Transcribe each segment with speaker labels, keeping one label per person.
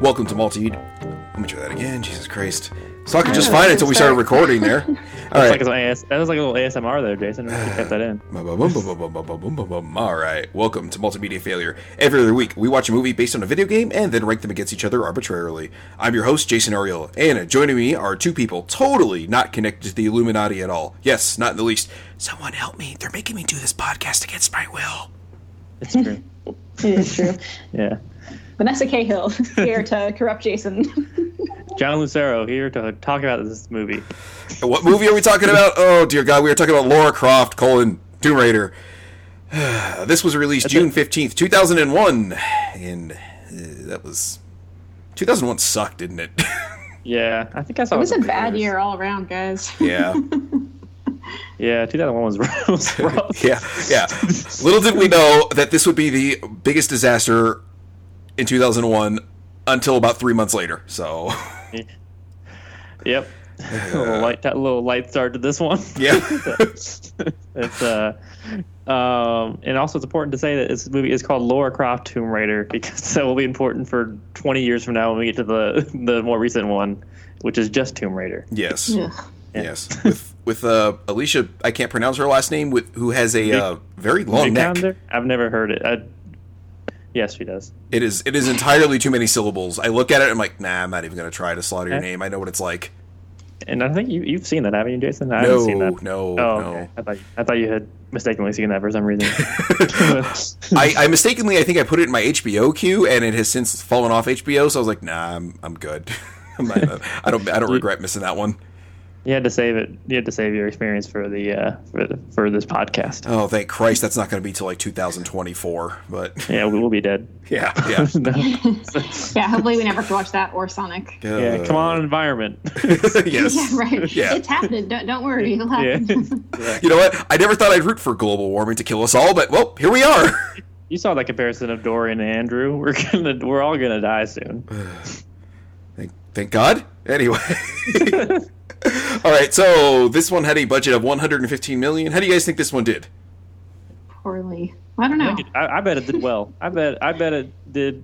Speaker 1: Welcome to Multi. Let me try that again. Jesus Christ. Sounded just fine until we started recording there. All right.
Speaker 2: That's like an AS, that was like a little ASMR there, Jason. We should kept that in.
Speaker 1: All right. Welcome to Multimedia Failure. Every other week, we watch a movie based on a video game and then rank them against each other arbitrarily. I'm your host, Jason Ariel, and joining me are two people totally not connected to the Illuminati at all. Yes, not in the least. Someone help me. They're making me do this podcast against my will.
Speaker 2: It's true.
Speaker 3: It is true.
Speaker 2: Yeah.
Speaker 3: Vanessa Cahill here to corrupt Jason.
Speaker 2: John Lucero here to talk about this movie.
Speaker 1: And What movie are we talking about? Oh, dear God. We are talking about Laura Croft, colon, Tomb Raider. this was released June 15th, 2001. And uh, that was. 2001 sucked, didn't it?
Speaker 2: Yeah, I think I saw.
Speaker 3: it was a
Speaker 2: in
Speaker 3: bad
Speaker 2: theaters.
Speaker 3: year all around, guys.
Speaker 1: yeah.
Speaker 2: Yeah, 2001 was rough. was rough.
Speaker 1: yeah, yeah. Little did we know that this would be the biggest disaster in 2001 until about three months later. So,
Speaker 2: Yep. a little light, a little light start to this one.
Speaker 1: yeah,
Speaker 2: it's uh, um, and also it's important to say that this movie is called Laura Croft Tomb Raider because that will be important for 20 years from now when we get to the the more recent one, which is just Tomb Raider.
Speaker 1: yes,
Speaker 3: Ugh.
Speaker 1: yes. With with uh, Alicia, I can't pronounce her last name. With who has a uh, very long neck.
Speaker 2: Vikander? I've never heard it. I, yes, she does.
Speaker 1: It is it is entirely too many syllables. I look at it. I'm like, nah, I'm not even gonna try to slaughter your
Speaker 2: Okay.
Speaker 1: name. I know what it's like.
Speaker 2: And I think you, you've seen that, haven't you, Jason? I haven't
Speaker 1: No,
Speaker 2: seen
Speaker 1: no,
Speaker 2: that.
Speaker 1: no.
Speaker 2: oh, okay. I thought, I thought you had mistakenly seen that for some reason.
Speaker 1: I, I mistakenly, I think I put it in my HBO queue, and it has since fallen off HBO. So I was like, nah, I'm I'm good. I'm not, I don't I don't regret missing that one.
Speaker 2: you had to save it. You had to save your experience for the uh, for the, for this podcast.
Speaker 1: Oh, thank Christ, that's not going to be till like 2024. But
Speaker 2: Yeah, we will be dead.
Speaker 1: yeah, yeah.
Speaker 2: No.
Speaker 3: Yeah, hopefully we never have to watch that or Sonic.
Speaker 2: yeah, come
Speaker 1: Uh.
Speaker 2: on, environment.
Speaker 1: yes.
Speaker 3: Yeah, right.
Speaker 1: Yeah.
Speaker 3: It's happening. Don't, don't worry. It'll
Speaker 2: yeah.
Speaker 3: happen.
Speaker 1: You know what? I never thought I'd root for global warming to kill us all, but well, here we are.
Speaker 2: You saw that comparison of Dory and Andrew. We're gonna, we're all gonna die soon.
Speaker 1: thank, thank God. Anyway. all right. So this one had a budget of 115 million. How do you guys think this one did?
Speaker 3: Poorly. I don't know.
Speaker 2: I, I bet it did well. I bet, I bet it did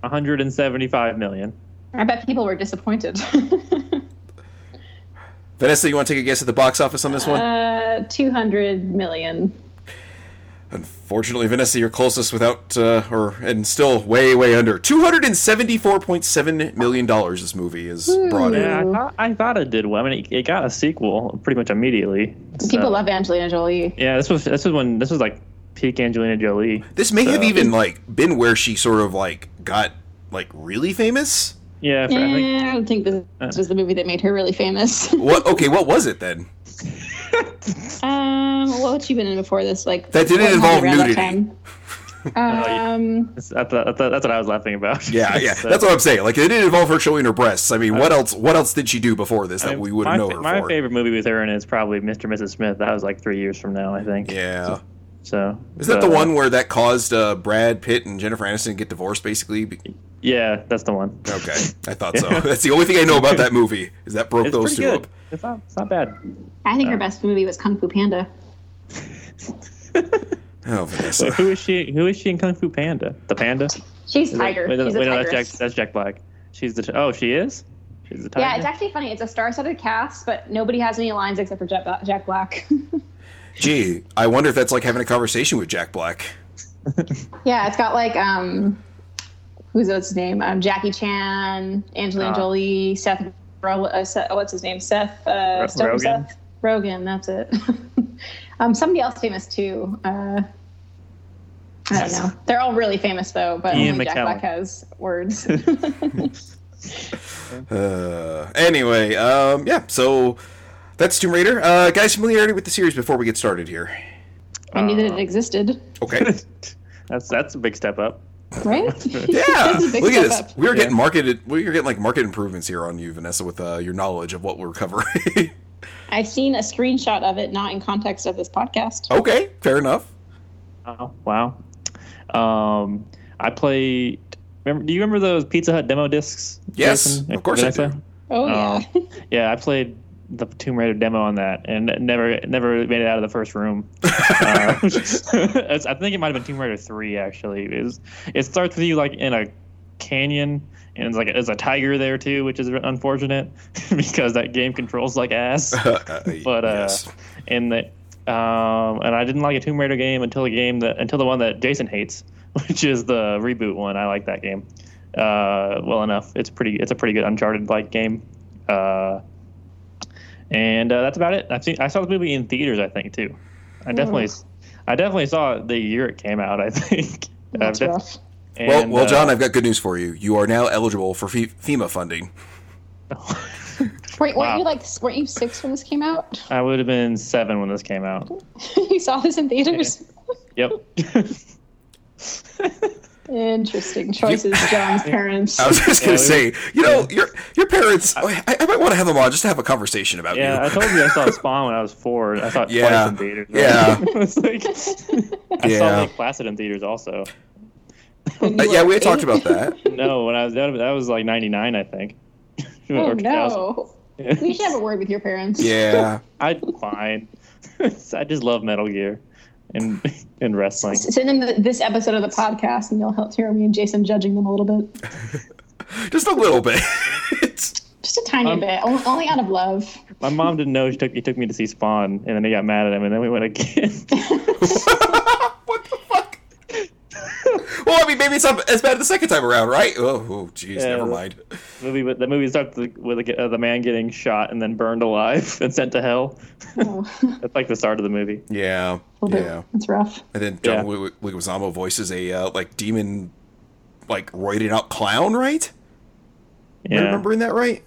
Speaker 2: 175 million.
Speaker 3: I bet people were disappointed.
Speaker 1: Vanessa, you want to take a guess at the box office on this one?
Speaker 3: uh, 200 million.
Speaker 1: Unfortunately, Vanessa, you're closest without, uh, or and still way, way under. Two hundred and seventy-four point seven million dollars. This movie is brought in.
Speaker 2: Yeah, I thought, I thought it did well. I mean, it, it got a sequel pretty much immediately.
Speaker 3: People
Speaker 1: uh,
Speaker 2: So-
Speaker 3: love Angelina Jolie.
Speaker 2: Yeah, this was this was when this was like peak Angelina Jolie.
Speaker 1: This may have
Speaker 2: So-
Speaker 1: even like been where she sort of like got like really famous.
Speaker 2: Yeah, for,
Speaker 3: Yeah,
Speaker 2: I think
Speaker 3: Eh, I don't think this
Speaker 1: Uh.
Speaker 3: was the movie that made her really famous.
Speaker 1: What? Okay, what was it then?
Speaker 3: Um, what had she been in before this? Like
Speaker 1: That didn't
Speaker 3: what
Speaker 1: involve
Speaker 3: happened
Speaker 1: nudity. Oh,
Speaker 3: around that time? um,
Speaker 2: that's, that's, that's, that's what I was laughing about.
Speaker 1: Yeah, yeah.
Speaker 2: So-
Speaker 1: That's what I'm saying. Like it didn't involve her showing her breasts. I mean, what else? What else did she do before this that we would
Speaker 2: my
Speaker 1: know
Speaker 2: fa-
Speaker 1: her
Speaker 2: My
Speaker 1: for?
Speaker 2: favorite movie with her in is probably Mr. and Mrs. Smith. That was like three years from now, I think.
Speaker 1: Yeah.
Speaker 2: So uh,
Speaker 1: Is that
Speaker 2: so-
Speaker 1: the one where that caused uh, Brad Pitt and Jennifer Aniston to get divorced? Basically. Be-
Speaker 2: Yeah, that's the one.
Speaker 1: Okay, I thought so. That's the only thing I know about that movie is that broke
Speaker 2: It's
Speaker 1: those
Speaker 2: pretty
Speaker 1: two
Speaker 2: good.
Speaker 1: up.
Speaker 2: It's not it's not bad.
Speaker 3: I
Speaker 1: Uh.
Speaker 3: think her best movie was Kung Fu Panda.
Speaker 1: Oh,
Speaker 2: Wait,
Speaker 1: Vanessa.
Speaker 2: who is she? Who is she in Kung Fu Panda? The panda?
Speaker 3: She's
Speaker 2: Is that-
Speaker 3: tiger.
Speaker 2: Wait, no,
Speaker 3: She's a
Speaker 2: wait, no, that's Jack.
Speaker 3: tigress.
Speaker 2: That's Jack Black. She's the. oh, she is. She's the tiger.
Speaker 3: yeah, it's actually funny. It's a star-studded cast, but nobody has any lines except for Jack, Bla- Jack Black.
Speaker 1: Gee, I wonder if that's like having a conversation with Jack Black.
Speaker 3: yeah, it's got like um, who's what's his name? Um, Jackie Chan, Angelina
Speaker 2: Ah.
Speaker 3: Jolie, Seth. Ro- uh, Seth what's his name? Seth. Uh,
Speaker 2: Ro-
Speaker 3: Stone
Speaker 2: Rogen.
Speaker 3: Seth Rogan. That's it. um, somebody else famous too. Uh, I don't know. They're all really famous though, but
Speaker 2: Ian
Speaker 3: only Jack
Speaker 2: McKellen.
Speaker 3: Black has words.
Speaker 1: Uh, anyway, um, yeah, so that's Tomb Raider. Uh, guys, familiarity with the series before we get started here.
Speaker 3: I knew
Speaker 2: Oh.
Speaker 3: that it existed,
Speaker 1: Okay.
Speaker 2: that's that's a big step up.
Speaker 3: right?
Speaker 1: Yeah.
Speaker 3: This is a big
Speaker 1: Look at
Speaker 3: step
Speaker 1: this.
Speaker 3: up.
Speaker 1: We are
Speaker 2: Yeah.
Speaker 1: getting marketed. We are getting like market improvements here on you, Vanessa, with uh, your knowledge of what we're covering.
Speaker 3: I've seen a screenshot of it, not in context of this podcast.
Speaker 1: okay, fair enough.
Speaker 2: Oh, wow. Um, I played. Remember, do you remember those Pizza Hut demo discs?
Speaker 1: Yes,
Speaker 2: Jason?
Speaker 1: of course I do.
Speaker 3: Oh yeah.
Speaker 2: Um, yeah, I played the Tomb Raider demo on that, and never never made it out of the first room. uh, it's- I think it might have been Tomb Raider three actually. It, was, it starts with you like in a canyon, and it's like there's a tiger there too, which is unfortunate because that game controls like ass. but uh,
Speaker 1: yes.
Speaker 2: and that um, and I didn't like a Tomb Raider game until the game that until the one that Jason hates, which is the reboot one. I like that game uh, well enough. It's pretty. It's a pretty good Uncharted like game. Uh, and uh, that's about it. I've seen. I saw the movie in theaters. I think too. I
Speaker 3: Hmm.
Speaker 2: definitely. I definitely saw it the year it came out. I think.
Speaker 3: That's
Speaker 2: I've def-
Speaker 3: rough.
Speaker 1: Well,
Speaker 2: and,
Speaker 1: well,
Speaker 2: uh,
Speaker 1: John, I've got good news for you. You are now eligible for Fe- FEMA funding.
Speaker 3: Wait, weren't
Speaker 2: wow.
Speaker 3: you like weren't you six when this came out?
Speaker 2: I would have been seven when this came out.
Speaker 3: you saw this in theaters.
Speaker 2: Yep.
Speaker 3: Interesting choices, John's parents.
Speaker 1: I was just
Speaker 2: Yeah,
Speaker 1: gonna
Speaker 2: we-
Speaker 1: say, you know, your your parents. I, I might want to have them on just to have a conversation about
Speaker 2: yeah, I
Speaker 1: you. Uh,
Speaker 2: told you I saw Spawn when I was four. I saw it
Speaker 1: Yeah.
Speaker 2: twice in theaters.
Speaker 1: Yeah.
Speaker 2: It's like- I
Speaker 1: Yeah.
Speaker 2: saw Lake Placid in theaters also.
Speaker 3: when
Speaker 1: Uh,
Speaker 3: you
Speaker 1: yeah,
Speaker 3: were
Speaker 1: we had talked
Speaker 3: eight.
Speaker 1: about that.
Speaker 2: No, when I was that, that was like '99, I think.
Speaker 3: Oh
Speaker 2: Or 2000.
Speaker 3: no. We should have a word with your parents.
Speaker 1: Yeah,
Speaker 2: I fine. I just love Metal Gear and and wrestling.
Speaker 3: Send them the, this episode of the podcast, and you'll help hear me and Jason judging them a little bit,
Speaker 1: just a little bit.
Speaker 3: just a tiny
Speaker 2: Um,
Speaker 3: bit, only, only out of love.
Speaker 2: My mom didn't know she took he took me to see Spawn, and then he got mad at him, and then we went again.
Speaker 1: what the fuck? well, I mean, maybe it's not as bad the second time around, right? Oh, oh, jeez,
Speaker 2: Yeah.
Speaker 1: never mind.
Speaker 2: movie, but the movie starts with, with the, uh, the man getting shot and then burned alive and sent to hell.
Speaker 3: Oh, a
Speaker 2: That's like the start of the movie.
Speaker 1: Yeah,
Speaker 3: little
Speaker 1: yeah.
Speaker 3: bit. That's rough.
Speaker 1: And then
Speaker 2: Yeah.
Speaker 1: John Wi- Wi- Leguizamo voices a uh, like demon, like roided out clown, right? Am
Speaker 2: Yeah,
Speaker 1: I remembering that right?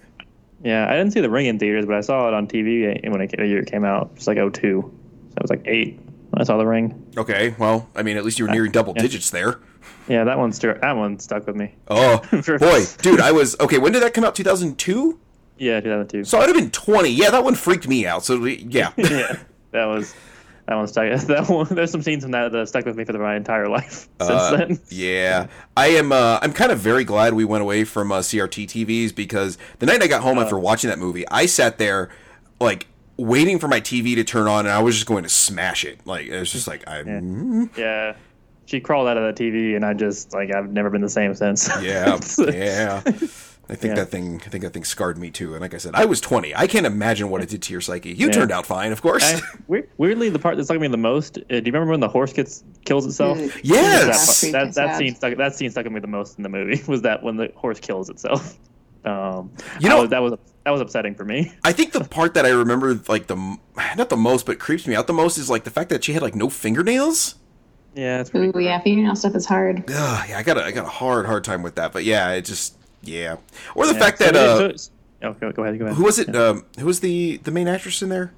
Speaker 2: yeah. I didn't see The Ring in theaters, but I saw it on TV when it, the year it came out. It's like '02, so I was like eight when I saw The Ring.
Speaker 1: Okay, well, I mean, at least you were nearing double digits there.
Speaker 2: Yeah, that one stuck. That one stuck with me.
Speaker 1: Oh
Speaker 2: For-
Speaker 1: boy, dude, I was okay. When did that come out? Two thousand two.
Speaker 2: Yeah, 2002.
Speaker 1: So I'd have been twenty. Yeah, that one freaked me out. So yeah,
Speaker 2: yeah, that was that one stuck. That one. There's some scenes from that that stuck with me for my entire life since
Speaker 1: Uh,
Speaker 2: then.
Speaker 1: yeah. I am. Uh, I'm kind of very glad we went away from uh, CRT TVs because the night I got
Speaker 2: Uh.
Speaker 1: home after watching that movie, I sat there like waiting for my TV to turn on, and I was just going to smash it. Like it was just like I. mm,
Speaker 2: Yeah. She crawled out of the TV, and I just like I've never been the same since.
Speaker 1: Yeah,
Speaker 2: So-
Speaker 1: yeah. I think
Speaker 2: Yeah.
Speaker 1: that thing. I think that thing scarred me too. And like I said, I was 20. I can't imagine what it did to your psyche. You
Speaker 2: Yeah.
Speaker 1: turned out fine, of course.
Speaker 2: I, weir- weirdly, the part that stuck with me the most. Uh, do you remember when the horse gets kills itself?
Speaker 3: Mm.
Speaker 1: yes.
Speaker 3: Yeah.
Speaker 2: That, that, that
Speaker 3: Sad.
Speaker 2: scene stuck. That scene stuck with me the most in the movie was that when the horse kills itself. Um,
Speaker 1: You
Speaker 2: you
Speaker 1: know-
Speaker 2: know that was that was upsetting for me.
Speaker 1: I think the part that I remember, like the m- not the most, but creeps me out the most, is like the fact that she had like no fingernails.
Speaker 2: Yeah, it's
Speaker 1: Mm.
Speaker 2: pretty
Speaker 3: Ooh, yeah, fingernail stuff is hard.
Speaker 1: Ugh, yeah, I got a, I got a hard hard time with that. But yeah, it just yeah. Or the
Speaker 2: yeah.
Speaker 1: fact
Speaker 2: So
Speaker 1: that
Speaker 2: it-
Speaker 1: uh,
Speaker 2: so it's- oh, go, go ahead, go ahead.
Speaker 1: who was it? Um, who was the the main actress in there?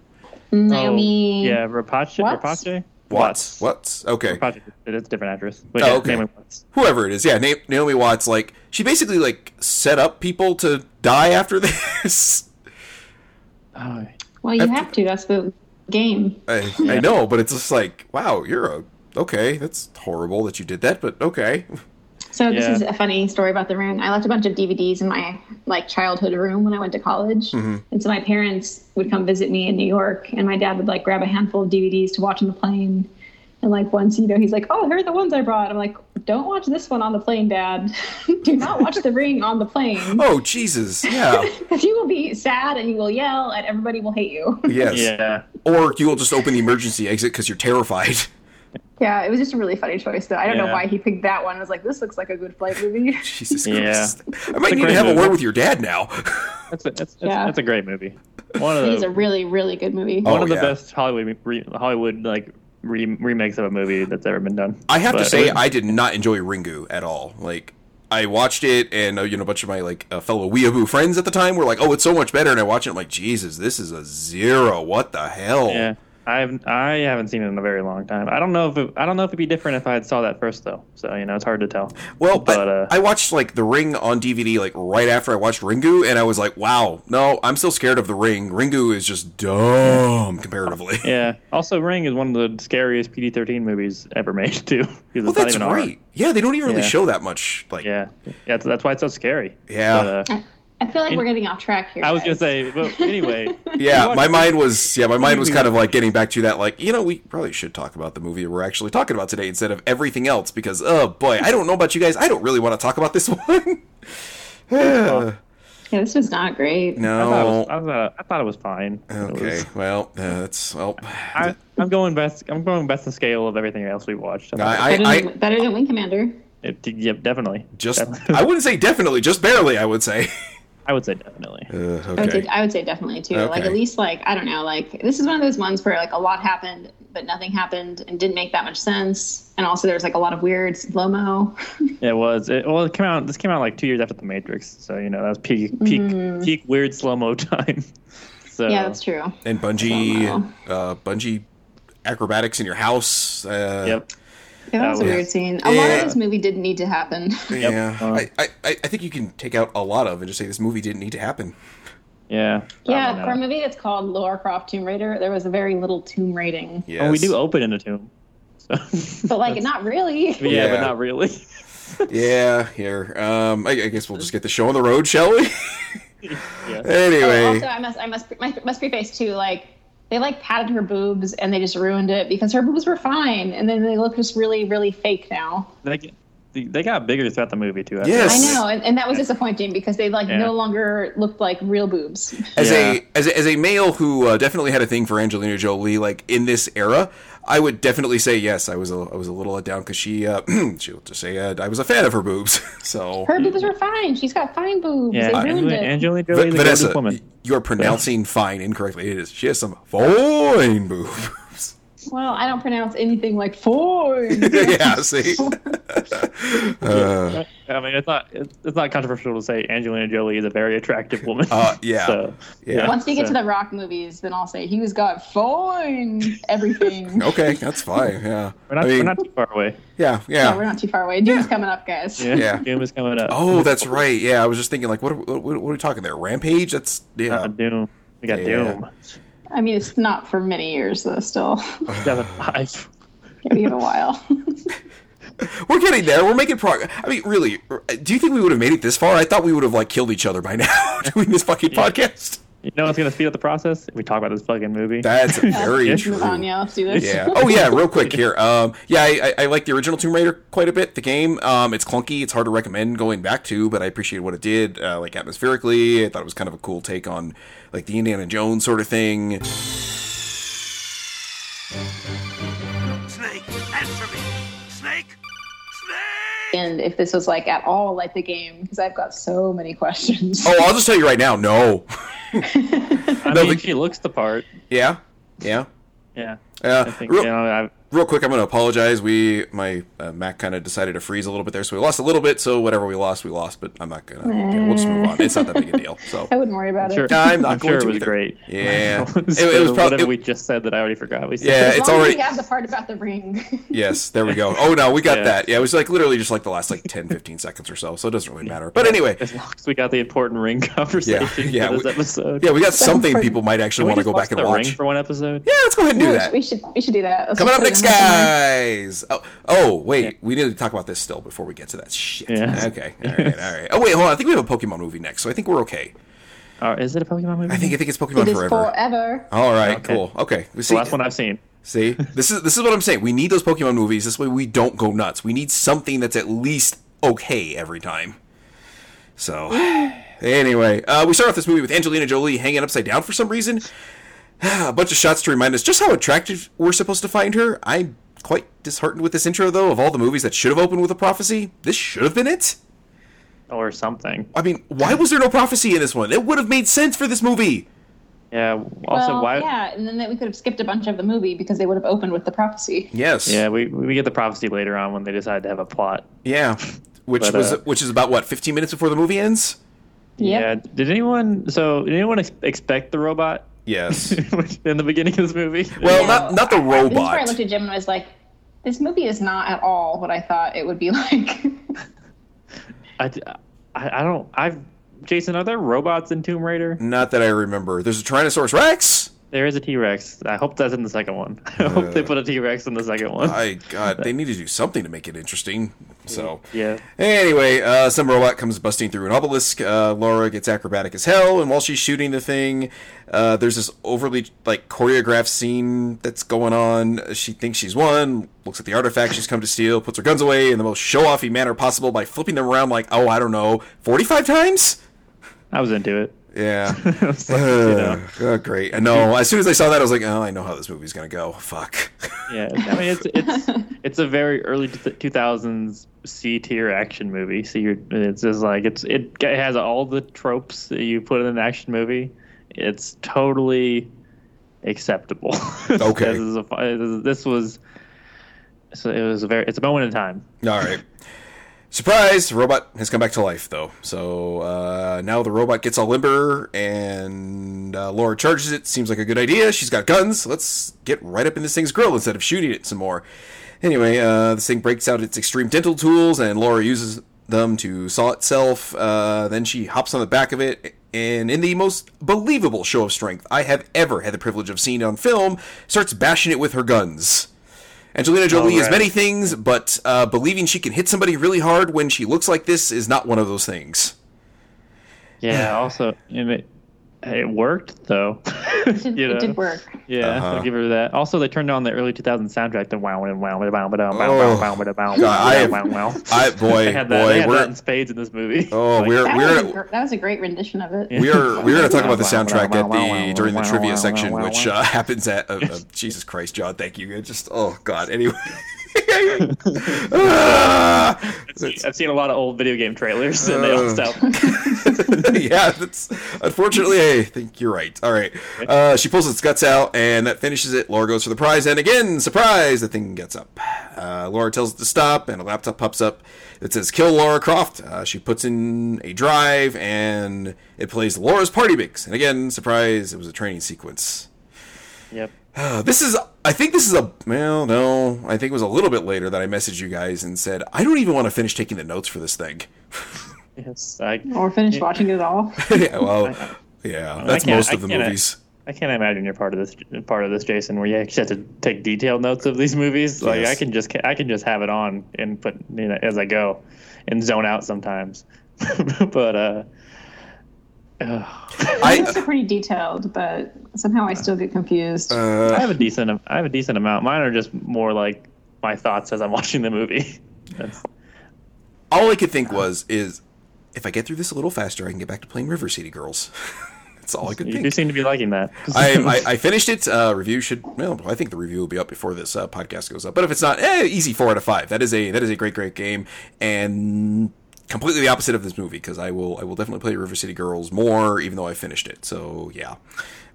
Speaker 3: Naomi.
Speaker 2: Oh, Yeah, Rapace.
Speaker 3: Watts?
Speaker 2: Rapace.
Speaker 1: Watts. Watts. Okay.
Speaker 2: Rapace. It's a different actress. But
Speaker 1: Oh,
Speaker 2: yeah,
Speaker 1: okay.
Speaker 2: Naomi Watts.
Speaker 1: Whoever it is, yeah, Na- Naomi Watts. Like she basically like set up people to die after this.
Speaker 2: Oh,
Speaker 3: Well, you
Speaker 1: After-
Speaker 3: have to. That's the game.
Speaker 1: I, I know, but it's just like wow, you're a okay. That's horrible that you did that, but okay.
Speaker 3: So this
Speaker 2: Yeah.
Speaker 3: is a funny story about the ring. I left a bunch of DVDs in my like childhood room when I went to college,
Speaker 2: Mm-hmm.
Speaker 3: and so my parents would come visit me in New York, and my dad would like grab a handful of DVDs to watch on the plane. And like once, you know, he's like, "Oh, here are the ones I brought." I'm like, "Don't watch this one on the plane, Dad. Do not watch The Ring on the plane.
Speaker 1: Oh Jesus, yeah,
Speaker 3: Because you will be sad and you will yell, and everybody will hate you."
Speaker 1: yes.
Speaker 2: yeah.
Speaker 1: Or you will just open the emergency exit because you're terrified.
Speaker 3: yeah, it was just a really funny choice, though. I don't know
Speaker 2: Yeah.
Speaker 3: why he picked that one. I was like, "This looks like a good flight movie."
Speaker 1: Jesus
Speaker 2: Yeah.
Speaker 1: Christ. I might
Speaker 2: a
Speaker 1: need to
Speaker 2: great
Speaker 1: have a
Speaker 2: movie.
Speaker 1: word with your dad now.
Speaker 2: That's a, that's, that's,
Speaker 3: Yeah.
Speaker 2: that's a great movie. One of
Speaker 3: it
Speaker 2: the,
Speaker 3: is a really, really good movie.
Speaker 1: Oh,
Speaker 2: one of the
Speaker 1: yeah.
Speaker 2: best Hollywood re, Hollywood like re, remakes of a movie that's ever been done.
Speaker 1: I have to
Speaker 2: But-
Speaker 1: say, I did not enjoy Ringu at all. Like, I watched it, and uh, you know, a bunch of my like uh, fellow weeaboo friends at the time were like, "Oh, it's so much better." And I watch it, I'm like, "Jesus, this is a zero. What the hell?"
Speaker 2: yeah, I've I haven't seen it in a very long time. I don't know if it, I don't know if it'd be different if I had saw that first though. So you know, it's hard to tell.
Speaker 1: Well,
Speaker 2: But,
Speaker 1: I,
Speaker 2: uh,
Speaker 1: I watched like The Ring on DVD like right after I watched Ringu, and I was like, "Wow, no, I'm still scared of The Ring. Ringu is just dumb comparatively."
Speaker 2: Yeah. Also, Ring is one of the scariest PG-13 movies ever made too. 'cause it's
Speaker 1: well,
Speaker 2: not
Speaker 1: that's
Speaker 2: even R.
Speaker 1: right. Yeah, they don't even really
Speaker 2: Yeah.
Speaker 1: show that much. Like,
Speaker 2: Yeah, yeah. That's, that's why it's so scary.
Speaker 1: Yeah.
Speaker 2: But, uh,
Speaker 3: I feel like
Speaker 2: In-
Speaker 3: we're getting off track here.
Speaker 2: I was gonna
Speaker 3: guys.
Speaker 2: say, but anyway,
Speaker 1: yeah
Speaker 2: You
Speaker 1: my
Speaker 2: watch-
Speaker 1: mind was yeah my mind was kind of like getting back to that like you know we probably should talk about the movie we're actually talking about today instead of everything else because oh boy i don't know about you guys i don't really want to talk about this one Yeah.
Speaker 3: Yeah, this was not great.
Speaker 2: I thought, it
Speaker 1: No.
Speaker 2: was, I, thought, I thought it was fine. It was-
Speaker 1: Okay. Well, uh, that's well.
Speaker 2: I, I'm going best. I'm going best in scale of everything else we watched. I thought
Speaker 1: I,
Speaker 3: better,
Speaker 1: I,
Speaker 3: than, better than Wing Commander.
Speaker 2: it- yep, definitely.
Speaker 1: just
Speaker 2: Definitely.
Speaker 1: I wouldn't say definitely, just barely. I would say.
Speaker 2: I would say definitely.
Speaker 1: Uh,
Speaker 3: I would
Speaker 1: okay.
Speaker 3: say I would say definitely too. Like
Speaker 1: Okay.
Speaker 3: at least like I don't know. Like this is one of those ones where like a lot happened, but nothing happened and didn't make that much sense. And also there was like a lot of weird slow mo.
Speaker 2: It was. It, well, it came out. This came out like two years after The Matrix, so you know that was peak peak peak weird slow mo time. So
Speaker 3: Mm-hmm. yeah, that's true.
Speaker 1: And bungee, uh, bungee acrobatics in your house. Uh,
Speaker 2: Yep.
Speaker 3: Yeah, that was a
Speaker 2: was-
Speaker 3: weird scene. A lot
Speaker 1: Yeah.
Speaker 3: of this movie didn't need to happen.
Speaker 1: Yeah.
Speaker 2: Uh,
Speaker 1: I, I, I I think you can take out a lot of and just say this movie didn't need to happen.
Speaker 2: Yeah. I
Speaker 3: yeah,
Speaker 2: don't
Speaker 3: for a
Speaker 2: know.
Speaker 3: movie that's called Lara Croft Tomb Raider, there was a very little tomb raiding.
Speaker 1: Yes.
Speaker 2: Well, Oh, we do open in a tomb. So
Speaker 3: But like not really.
Speaker 2: but yeah,
Speaker 1: Yeah.
Speaker 2: but not really.
Speaker 1: Yeah. Here. Um. I, I guess we'll just get the show on the road, shall we?
Speaker 2: yeah.
Speaker 1: anyway.
Speaker 3: Oh, also, I must, I must, I must preface too. Like they like patted her boobs and they just ruined it because her boobs were fine, and then they look just really, really fake now.
Speaker 2: They, get- they got bigger throughout the movie too. I
Speaker 1: Yes.
Speaker 3: I know, and, and that was disappointing because they like
Speaker 2: Yeah.
Speaker 3: no longer looked like real boobs.
Speaker 1: as
Speaker 2: Yeah.
Speaker 1: a as a, as a male who uh, definitely had a thing for Angelina Jolie, like in this era, I would definitely say yes. I was a, I was a little let down because she uh, she'll just say uh, I was a fan of her boobs. so
Speaker 3: Her boobs were fine. She's got fine boobs.
Speaker 2: Yeah.
Speaker 3: they ruined
Speaker 2: Angelina,
Speaker 3: it.
Speaker 2: Angelina
Speaker 1: Va-
Speaker 2: Jolie's a
Speaker 1: Vanessa,
Speaker 2: gorgeous woman.
Speaker 1: you're pronouncing fine incorrectly. It is she has some fine boobs.
Speaker 3: Well, I don't pronounce anything like fine.
Speaker 1: yeah, see. uh,
Speaker 2: I mean, it's not it's it's not controversial to say Angelina Jolie is a very attractive woman.
Speaker 1: Uh, yeah.
Speaker 2: So,
Speaker 1: Yeah.
Speaker 3: Once we get
Speaker 2: so-
Speaker 3: to the Rock movies, then I'll say he was got fine everything.
Speaker 1: okay, that's fine. Yeah,
Speaker 2: we're not,
Speaker 1: I mean,
Speaker 2: we're not too far away.
Speaker 1: yeah,
Speaker 3: No, we're
Speaker 1: yeah.
Speaker 3: not too far away. Doom's coming up, guys.
Speaker 2: Yeah.
Speaker 1: Yeah.
Speaker 2: Doom is coming up.
Speaker 1: Oh, that's right. Yeah, I was just thinking like, what are, what, what are we talking there? Rampage? That's yeah.
Speaker 2: Uh, Doom. We got
Speaker 1: Yeah.
Speaker 2: Doom.
Speaker 3: I mean, it's not for many years though. Still,
Speaker 2: 2005.
Speaker 3: we have a while.
Speaker 1: We're getting there. We're making progress. I mean, really, uh, do you think we would have made it this far? I thought we would have like killed each other by now doing this fucking podcast.
Speaker 2: You know what's going to speed up the process? If we talk about this fucking movie.
Speaker 1: That's very
Speaker 3: Move
Speaker 1: true.
Speaker 3: on, yeah. Let's do this.
Speaker 1: Yeah. Oh yeah. Real quick here. Um. Yeah. I, I, I like the original Tomb Raider quite a bit. The game. Um. It's clunky. It's hard to recommend going back to, but I appreciate what it did. Uh, like atmospherically, I thought it was kind of a cool take on like the Indiana Jones sort of thing.
Speaker 4: Snake, answer me! Snake! Snake!
Speaker 3: And if this was like at all like the game, because I've got so many questions.
Speaker 1: Oh, I'll just tell you right now. No.
Speaker 2: I
Speaker 1: No,
Speaker 2: mean,
Speaker 1: but-
Speaker 2: she looks the part.
Speaker 1: Yeah. Yeah.
Speaker 2: Yeah.
Speaker 1: Uh,
Speaker 2: I think,
Speaker 1: real-
Speaker 2: you know, I,
Speaker 1: real quick, I'm going to apologize. We my uh, Mac kind of decided to freeze a little bit there, so we lost a little bit. So whatever we lost, we lost. But I'm not gonna. yeah, we'll just move on. It's not that big a deal. So
Speaker 3: I wouldn't worry about
Speaker 2: sure,
Speaker 3: it.
Speaker 1: I'm not
Speaker 2: I'm
Speaker 1: going
Speaker 2: sure
Speaker 1: to
Speaker 2: it was
Speaker 1: either.
Speaker 2: great.
Speaker 1: yeah,
Speaker 2: So
Speaker 1: it, it was probably
Speaker 2: whatever we just said that I already forgot. We said.
Speaker 1: yeah.
Speaker 3: As
Speaker 1: It's
Speaker 3: long as
Speaker 1: already
Speaker 3: we have the part about the ring.
Speaker 1: yes. There we go. Oh no, we got
Speaker 2: Yeah.
Speaker 1: that. Yeah, it was like literally just like the last like 10, 15 seconds or so. So it doesn't really matter. But anyway,
Speaker 2: As long as we got the important ring conversation
Speaker 1: yeah,
Speaker 2: for this
Speaker 1: we-
Speaker 2: episode.
Speaker 1: yeah, we got something
Speaker 3: pretty-
Speaker 1: people might actually
Speaker 2: Can we
Speaker 1: want to go
Speaker 2: just watch
Speaker 1: back and
Speaker 2: the
Speaker 1: watch.
Speaker 2: ring for one episode.
Speaker 1: yeah, let's go ahead and do that.
Speaker 3: We should we should do that. Let's
Speaker 1: Coming up
Speaker 3: put it
Speaker 1: next,
Speaker 3: in there somewhere.
Speaker 1: guys. Oh, oh, wait. We need to talk about this still before we get to that shit.
Speaker 2: Yeah.
Speaker 1: Okay. All right. All right. Oh, wait. Hold on. I think we have a Pokemon movie next, so I think we're okay.
Speaker 2: Or is it a Pokemon movie?
Speaker 1: I think I think it's Pokemon
Speaker 3: It is
Speaker 1: Forever.
Speaker 3: forever.
Speaker 1: All right,
Speaker 2: Okay.
Speaker 1: cool. Okay, we
Speaker 2: the
Speaker 1: see.
Speaker 2: last one I've seen.
Speaker 1: see, this is this is what I'm saying. We need those Pokemon movies. This way, we don't go nuts. We need something that's at least okay every time. So, anyway, uh, we start off this movie with Angelina Jolie hanging upside down for some reason. A bunch of shots to remind us just how attractive we're supposed to find her. I'm quite disheartened with this intro, though. Of all the movies that should have opened with a prophecy, this should have been it.
Speaker 2: or something.
Speaker 1: I mean, why was there no prophecy in this one? It would have made sense for this movie.
Speaker 2: Yeah. Also,
Speaker 3: well,
Speaker 2: why?
Speaker 3: yeah, and then that we could have skipped a bunch of the movie because they would have opened with the prophecy.
Speaker 1: Yes.
Speaker 2: Yeah, we, we get the prophecy later on when they decide to have a plot.
Speaker 1: Yeah, which
Speaker 2: But,
Speaker 1: was
Speaker 2: uh,
Speaker 1: which is about what 15 minutes before the movie ends.
Speaker 3: Yep.
Speaker 2: Yeah. Did anyone? So did anyone ex- expect the robot
Speaker 1: Yes.
Speaker 2: in the beginning of this movie?
Speaker 1: well,
Speaker 3: Yeah.
Speaker 1: not not the
Speaker 3: This is where I
Speaker 1: robot.
Speaker 3: looked at Jim and was like, "This movie is not at all what I thought it would be like."
Speaker 2: I, I, I don't. I've Jason. Are there robots in Tomb Raider?
Speaker 1: Not that I remember. There's a Tyrannosaurus Rex.
Speaker 2: There is a T Rex. I hope that's in the second one. I hope they put a T Rex in the second one.
Speaker 1: Uh, I God, they need to do something to make it interesting. So
Speaker 2: yeah.
Speaker 1: Anyway, uh, some robot comes busting through an obelisk. Uh, Laura gets acrobatic as hell, and while she's shooting the thing, uh, there's this overly like choreographed scene that's going on. She thinks she's won. Looks at the artifact she's come to steal, puts her guns away in the most show-offy manner possible by flipping them around like, oh, I don't know, forty-five times.
Speaker 2: I was into it.
Speaker 1: Yeah.
Speaker 2: I was like, you know,
Speaker 1: Oh, great. No, as soon as I saw that, I was like, oh, I know how this movie's gonna go. Fuck.
Speaker 2: yeah. I mean, it's it's it's a very early two thousands C tier action movie. So you're it's just like it's it has all the tropes that you put in an action movie. It's totally acceptable.
Speaker 1: Okay.
Speaker 2: this, is a, fu- this was. So it was a very. It's a moment in time.
Speaker 1: All right. Surprise! The robot has come back to life, though. So uh, now the robot gets all limber, and uh, Laura charges it. Seems like a good idea. She's got guns. Let's get right up in this thing's grill instead of shooting it some more. Anyway, uh, this thing breaks out its extreme dental tools, and Laura uses them to saw itself. Uh, then she hops on the back of it, and in the most believable show of strength I have ever had the privilege of seeing on film, starts bashing it with her guns. Angelina Jolie is
Speaker 2: right.
Speaker 1: many things, but uh, believing she can hit somebody really hard when she looks like this is not one of those things.
Speaker 2: Yeah. Also, and it it worked though.
Speaker 3: It did,
Speaker 2: You
Speaker 3: it
Speaker 2: know.
Speaker 3: did work.
Speaker 2: Yeah,
Speaker 1: Uh-huh.
Speaker 2: I'll give her that. Also, they turned on the early 2000s soundtrack. The wow, wow, wow, wow, wow, wow,
Speaker 1: Oh.
Speaker 2: wow, wow, wow, wow,
Speaker 1: I
Speaker 2: wow,
Speaker 1: am-
Speaker 2: wow, wow.
Speaker 1: I boy
Speaker 2: They had that, they
Speaker 1: boy
Speaker 2: had
Speaker 1: we're
Speaker 2: that in spades in this movie.
Speaker 1: oh
Speaker 2: Like,
Speaker 1: we're
Speaker 3: That was, a,
Speaker 1: we're
Speaker 3: gr- that was a great rendition of it.
Speaker 1: we are we are going to talk about the
Speaker 2: Wow, wow,
Speaker 1: soundtrack
Speaker 2: wow,
Speaker 1: at
Speaker 2: wow, wow,
Speaker 1: the during the
Speaker 2: wow,
Speaker 1: trivia
Speaker 2: wow,
Speaker 1: section,
Speaker 2: wow, wow,
Speaker 1: which
Speaker 2: wow.
Speaker 1: uh, happens at uh, uh, Jesus Christ, John. Thank you. It just oh God. Anyway, Ah!
Speaker 2: I've seen a lot of old video game trailers, and they
Speaker 1: Uh.
Speaker 2: all sound.
Speaker 1: yeah, that's unfortunately. I think you're right. All right. Uh, she pulls its guts out, and that finishes it. Laura goes for the prize, and again, surprise, the thing gets up. Uh, Laura tells it to stop, and a laptop pops up that says "Kill Laura Croft." Uh, she puts in a drive, and it plays Laura's party mix. And again, surprise, it was a training sequence.
Speaker 2: Yep.
Speaker 1: Uh, this is, I think this is a, well, no, I think it was a little bit later that I messaged you guys and said, I don't even want to finish taking the notes for this thing.
Speaker 2: Yes. I,
Speaker 3: Or finished watching it all.
Speaker 1: yeah, well, yeah, that's
Speaker 2: can't-
Speaker 1: most
Speaker 2: I
Speaker 1: of the
Speaker 2: can't-
Speaker 1: movies.
Speaker 2: I can't imagine you're part of this part of this, Jason, where you actually have to take detailed notes of these movies. Like
Speaker 1: Yes.
Speaker 2: I can just I can just have it on and put you know, as I go, and zone out sometimes. but uh, ugh.
Speaker 3: I,
Speaker 1: I-
Speaker 3: it's pretty detailed, but somehow I still get confused.
Speaker 2: I
Speaker 1: Uh,
Speaker 2: have a decent I have a decent amount. Mine are just more like my thoughts as I'm watching the movie. That's,
Speaker 1: all I could think was, is if I get through this a little faster, I can get back to playing River City Girls. that's all I could
Speaker 2: you do
Speaker 1: think.
Speaker 2: seem to be liking that.
Speaker 1: I, I, I finished it. Uh, review should well. I think the review will be up before this uh, podcast goes up. But if it's not, eh, easy four out of five. That is a that is a great great game and completely the opposite of this movie because I will I will definitely play River City Girls more even though I finished it. So yeah,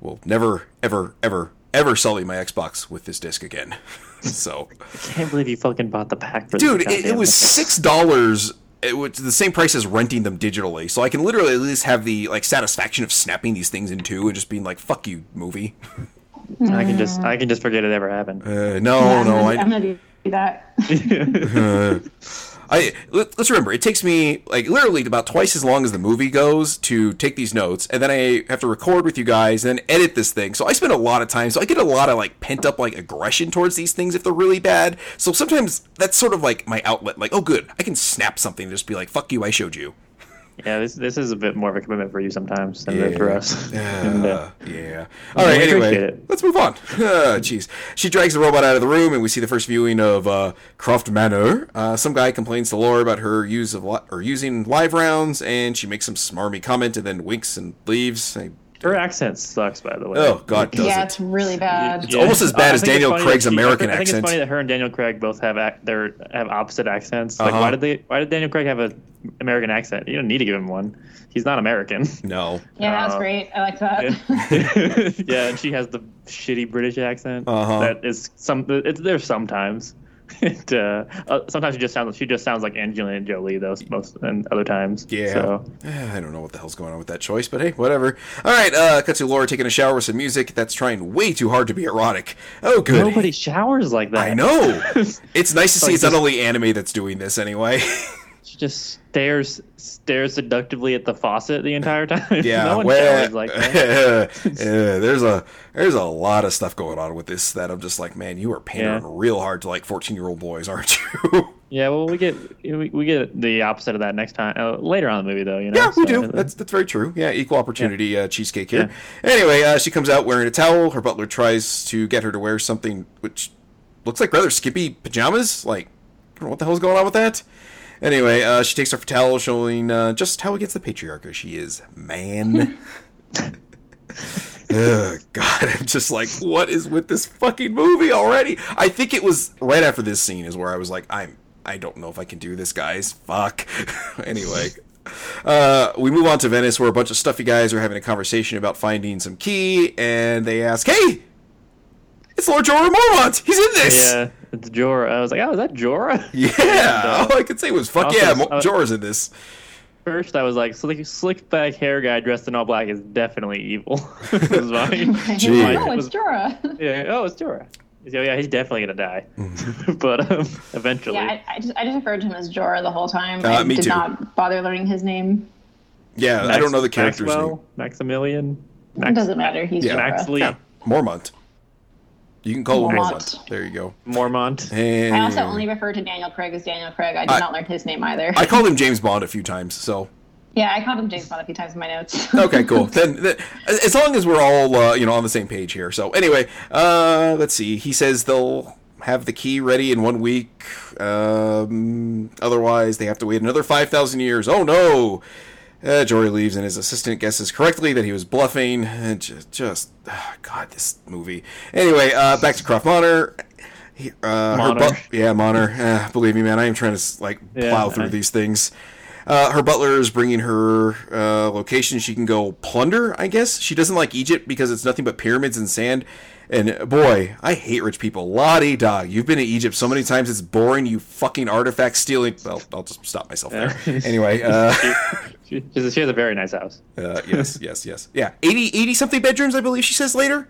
Speaker 1: will never ever ever ever sully my Xbox with this disc again. so
Speaker 2: can't believe you fucking bought the pack for
Speaker 1: dude
Speaker 2: This
Speaker 1: it, it
Speaker 2: goddamn
Speaker 1: was
Speaker 2: thing.
Speaker 1: six dollars it was the same price as renting them digitally so i can literally at least have the like satisfaction of snapping these things in two and just being like fuck you movie
Speaker 2: I can just I can just forget it ever happened.
Speaker 1: uh, no
Speaker 3: I'm
Speaker 1: no
Speaker 3: gonna, am
Speaker 1: i,
Speaker 3: gonna do that.
Speaker 1: I let, us remember it takes me like literally about twice as long as the movie goes to take these notes and then i have to record with you guys and then edit this thing so i spend a lot of time so i get a lot of like pent up like aggression towards these things if they're really bad so sometimes that's sort of like my outlet like oh good i can snap something and just be like fuck you i showed you
Speaker 2: yeah, this this is a bit more of a commitment for you sometimes than it is for us. And, uh,
Speaker 1: Yeah. yeah. All right.
Speaker 2: we appreciate
Speaker 1: Anyway,
Speaker 2: it.
Speaker 1: let's move on. Ah, Jeez. she drags the robot out of the room, and we see the first viewing of uh, Croft Manor. Uh, some guy complains to Laura about her use of li- or using live rounds, and she makes some smarmy comment, and then winks and leaves. I-
Speaker 2: her accent sucks, by the way.
Speaker 1: oh God, does
Speaker 3: yeah,
Speaker 1: it?
Speaker 3: it's really bad.
Speaker 1: It's almost as bad
Speaker 2: I
Speaker 1: as
Speaker 2: think it's
Speaker 1: Daniel
Speaker 2: funny
Speaker 1: Craig's
Speaker 2: that she-
Speaker 1: American
Speaker 2: I think
Speaker 1: accent.
Speaker 2: It's funny that her and Daniel Craig both have ac- their have opposite accents. Like,
Speaker 1: Uh-huh.
Speaker 2: why did they? Why did Daniel Craig have an American accent? You don't need to give him one. He's not American.
Speaker 1: No.
Speaker 3: Yeah, that was
Speaker 2: Uh,
Speaker 3: great. I liked that.
Speaker 2: yeah, and she has the shitty British accent
Speaker 1: Uh-huh.
Speaker 2: that is some. It's there sometimes. It, uh, uh, sometimes she just sounds. She just sounds like Angelina Jolie, though. Most and other times.
Speaker 1: Yeah.
Speaker 2: So
Speaker 1: Eh, I don't know what the hell's going on with that choice, but hey, whatever. All right, uh, cut to Laura taking a shower with some music that's trying way too hard to be erotic. Oh, good.
Speaker 2: nobody showers like that.
Speaker 1: I know. it's nice to see
Speaker 2: Like
Speaker 1: it's not
Speaker 2: just-
Speaker 1: only anime that's doing this anyway.
Speaker 2: She just stares stares seductively at the faucet the entire time.
Speaker 1: Yeah,
Speaker 2: no one
Speaker 1: well, uh,
Speaker 2: showers like that.
Speaker 1: yeah, there's a there's a lot of stuff going on with this that I'm just like, man, you are pandering
Speaker 2: Yeah.
Speaker 1: real hard to like 14 year old boys, aren't you?
Speaker 2: Yeah, well, we get we, we get the opposite of that next time uh, later on in the movie, though. You know,
Speaker 1: Yeah, we
Speaker 2: So,
Speaker 1: do.
Speaker 2: uh,
Speaker 1: That's that's very true. Yeah, equal opportunity uh, cheesecake here. Anyway, uh, she comes out wearing a towel. Her butler tries to get her to wear something which looks like rather skimpy pajamas. Like, I don't know what the hell's going on with that. Anyway, uh, she takes off her towel, showing uh, just how against the patriarchy she is. Man. Ugh, God, I'm just like, what is with this fucking movie already? I think it was right after this scene is where I was like, I'm, I don't know if I can do this, guys. Fuck. anyway, uh, we move on to Venice, where a bunch of stuffy guys are having a conversation about finding some key, and they ask, "Hey, it's Lord Jorah Mormont. He's in this."
Speaker 2: yeah, it's Jorah. I was like, oh, is that Jorah?
Speaker 1: Yeah,
Speaker 2: And, uh,
Speaker 1: all I could say was, "Fuck
Speaker 2: also-
Speaker 1: yeah, Mo-
Speaker 2: uh,
Speaker 1: Jorah's in this."
Speaker 2: First, I was like, slick, slick back hair guy dressed in all black is definitely evil. It was mine.
Speaker 1: Gee.
Speaker 3: Oh, it's Jorah.
Speaker 2: yeah, oh, it's Jorah. He's- Oh, yeah, he's definitely gonna die,
Speaker 1: Mm-hmm.
Speaker 2: but um, eventually.
Speaker 3: yeah, I, I just I just referred to him as Jorah the whole time.
Speaker 1: Uh,
Speaker 3: I
Speaker 1: me
Speaker 3: did
Speaker 1: too.
Speaker 3: not bother learning his name.
Speaker 1: Yeah, I
Speaker 2: Max-
Speaker 1: don't know the character's
Speaker 2: Maxwell,
Speaker 1: name.
Speaker 2: Maximilian,
Speaker 3: It
Speaker 2: Max,
Speaker 3: doesn't matter. He's
Speaker 1: Yeah.
Speaker 3: Jorah.
Speaker 2: Maxley,
Speaker 1: Yeah, Mormont. You can call him
Speaker 3: Mormont.
Speaker 1: Mormont. There you go.
Speaker 2: Mormont.
Speaker 1: And
Speaker 3: I also only refer to Daniel Craig as Daniel Craig. I did
Speaker 1: I-
Speaker 3: not learn his name either.
Speaker 1: I called him James Bond a few times, so
Speaker 3: yeah, I called him James Bond a few times in my notes.
Speaker 1: okay, cool. Then, then as long as we're all uh, you know on the same page here. So anyway, uh, let's see. He says they'll have the key ready in one week. Um, otherwise, they have to wait another five thousand years. Oh no! Uh, Jory leaves, and his assistant guesses correctly that he was bluffing. And just, just ah, God, this movie. Anyway, uh, back to Croft Monitor. He, uh, her
Speaker 2: Monitor.
Speaker 1: bu- yeah, Monitor. Uh, believe me, man, I am trying to like
Speaker 2: Yeah,
Speaker 1: plow through
Speaker 2: I-
Speaker 1: these things. Uh, her butler is bringing her uh, location. She can go plunder, I guess. She doesn't like Egypt because it's nothing but pyramids and sand. And boy, I hate rich people. La di da. You've been to Egypt so many times. It's boring. You fucking artifact stealing. Well, I'll just stop myself there.
Speaker 2: Yeah.
Speaker 1: Anyway, uh,
Speaker 2: She, she's- she has a very nice house.
Speaker 1: uh, yes, yes, yes. Yeah, 80, 80 something bedrooms, I believe she says later.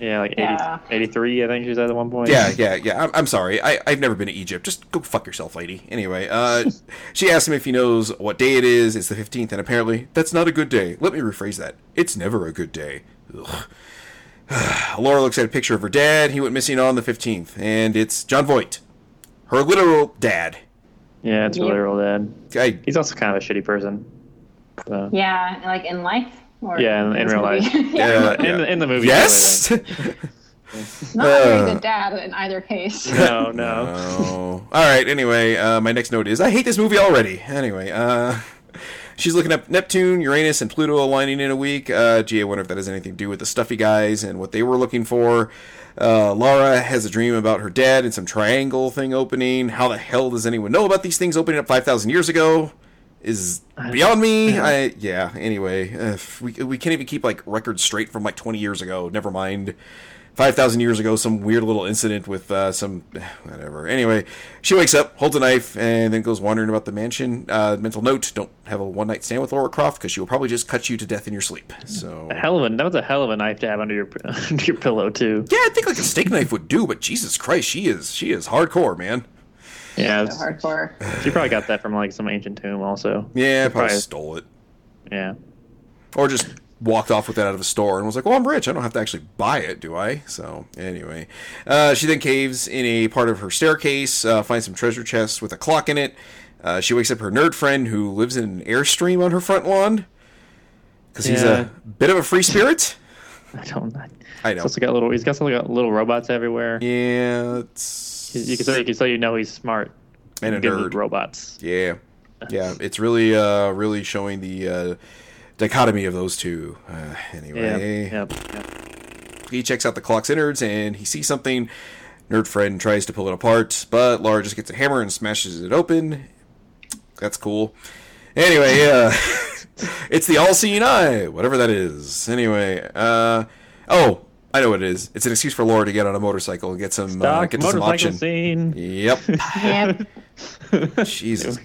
Speaker 2: Yeah, like 80,
Speaker 3: Yeah.
Speaker 2: 83, I think she was at one point.
Speaker 1: Yeah, yeah, yeah. I'm, I'm sorry. I, I've never been to Egypt. Just go fuck yourself, lady. Anyway, uh, she asks him if he knows what day it is. It's the 15th, and apparently that's not a good day. Let me rephrase that. It's never a good day. Ugh. Laura looks at a picture of her dad. He went missing on the 15th, and it's John Voight, her literal dad.
Speaker 2: Yeah, it's really
Speaker 3: Yeah.
Speaker 2: real dead.
Speaker 1: I,
Speaker 2: He's also kind of a shitty person. So.
Speaker 3: Yeah, like in life. Or
Speaker 2: Yeah, in- in
Speaker 3: this
Speaker 2: real
Speaker 3: movie?
Speaker 2: life.
Speaker 3: yeah,
Speaker 1: uh,
Speaker 2: In, the, in the movie.
Speaker 1: yes.
Speaker 3: not a very
Speaker 1: Uh.
Speaker 3: good dad in either case.
Speaker 2: No, no.
Speaker 1: Oh. All right. Anyway, uh, my next note is I hate this movie already. Anyway, uh, she's looking up Neptune, Uranus, and Pluto aligning in a week. Uh, gee, I wonder if that has anything to do with the stuffy guys and what they were looking for. Uh, Laura has a dream about her dad and some triangle thing opening. How the hell does anyone know about these things opening up five thousand years ago? Is beyond me. I yeah. Anyway, uh, we we can't even keep like records straight from like twenty years ago. Never mind five thousand years ago, some weird little incident with uh, some whatever. Anyway, she wakes up, holds a knife, and then goes wandering about the mansion. Uh, mental note: Don't have a one night stand with Laura Croft because she will probably just cut you to death in your sleep. So.
Speaker 2: Hell of a, that was a hell of a knife to have under your under your pillow too.
Speaker 1: Yeah, I think like a steak knife would do, but Jesus Christ, she is she is hardcore, man.
Speaker 2: Yeah,
Speaker 3: So hardcore.
Speaker 2: she probably got that from like some ancient tomb also.
Speaker 1: Yeah, probably
Speaker 2: Right.
Speaker 1: stole it
Speaker 2: Yeah,
Speaker 1: or just walked off with that out of a store and was like, "Well, I'm rich. I don't have to actually buy it, do I?" So anyway, uh, she then caves in a part of her staircase, uh, finds some treasure chests with a clock in it. Uh, she wakes up her nerd friend who lives in an airstream on her front lawn because he's
Speaker 2: Yeah.
Speaker 1: a bit of a free spirit.
Speaker 2: I don't. know.
Speaker 1: I
Speaker 2: He's
Speaker 1: know.
Speaker 2: also got little. He's got something got little robots everywhere.
Speaker 1: Yeah, it's
Speaker 2: You can so you can so you know he's smart.
Speaker 1: and a
Speaker 2: Gives him
Speaker 1: nerd.
Speaker 2: robots.
Speaker 1: Yeah, yeah. It's really, uh, really showing the uh, dichotomy of those two. Uh,
Speaker 2: Yeah,
Speaker 1: anyway,
Speaker 2: yeah, yeah.
Speaker 1: He checks out the clock's innards and he sees something. Nerd friend tries to pull it apart, but Laura just gets a hammer and smashes it open. That's cool. Anyway, uh, it's the all-seeing eye, whatever that is. Anyway, uh, oh, I know what it is. It's an excuse for Laura to get on a motorcycle and get some uh,
Speaker 2: Doc,
Speaker 1: get to some
Speaker 2: motorcycle
Speaker 1: action.
Speaker 2: scene.
Speaker 1: Yep.
Speaker 3: Yep.
Speaker 1: Jesus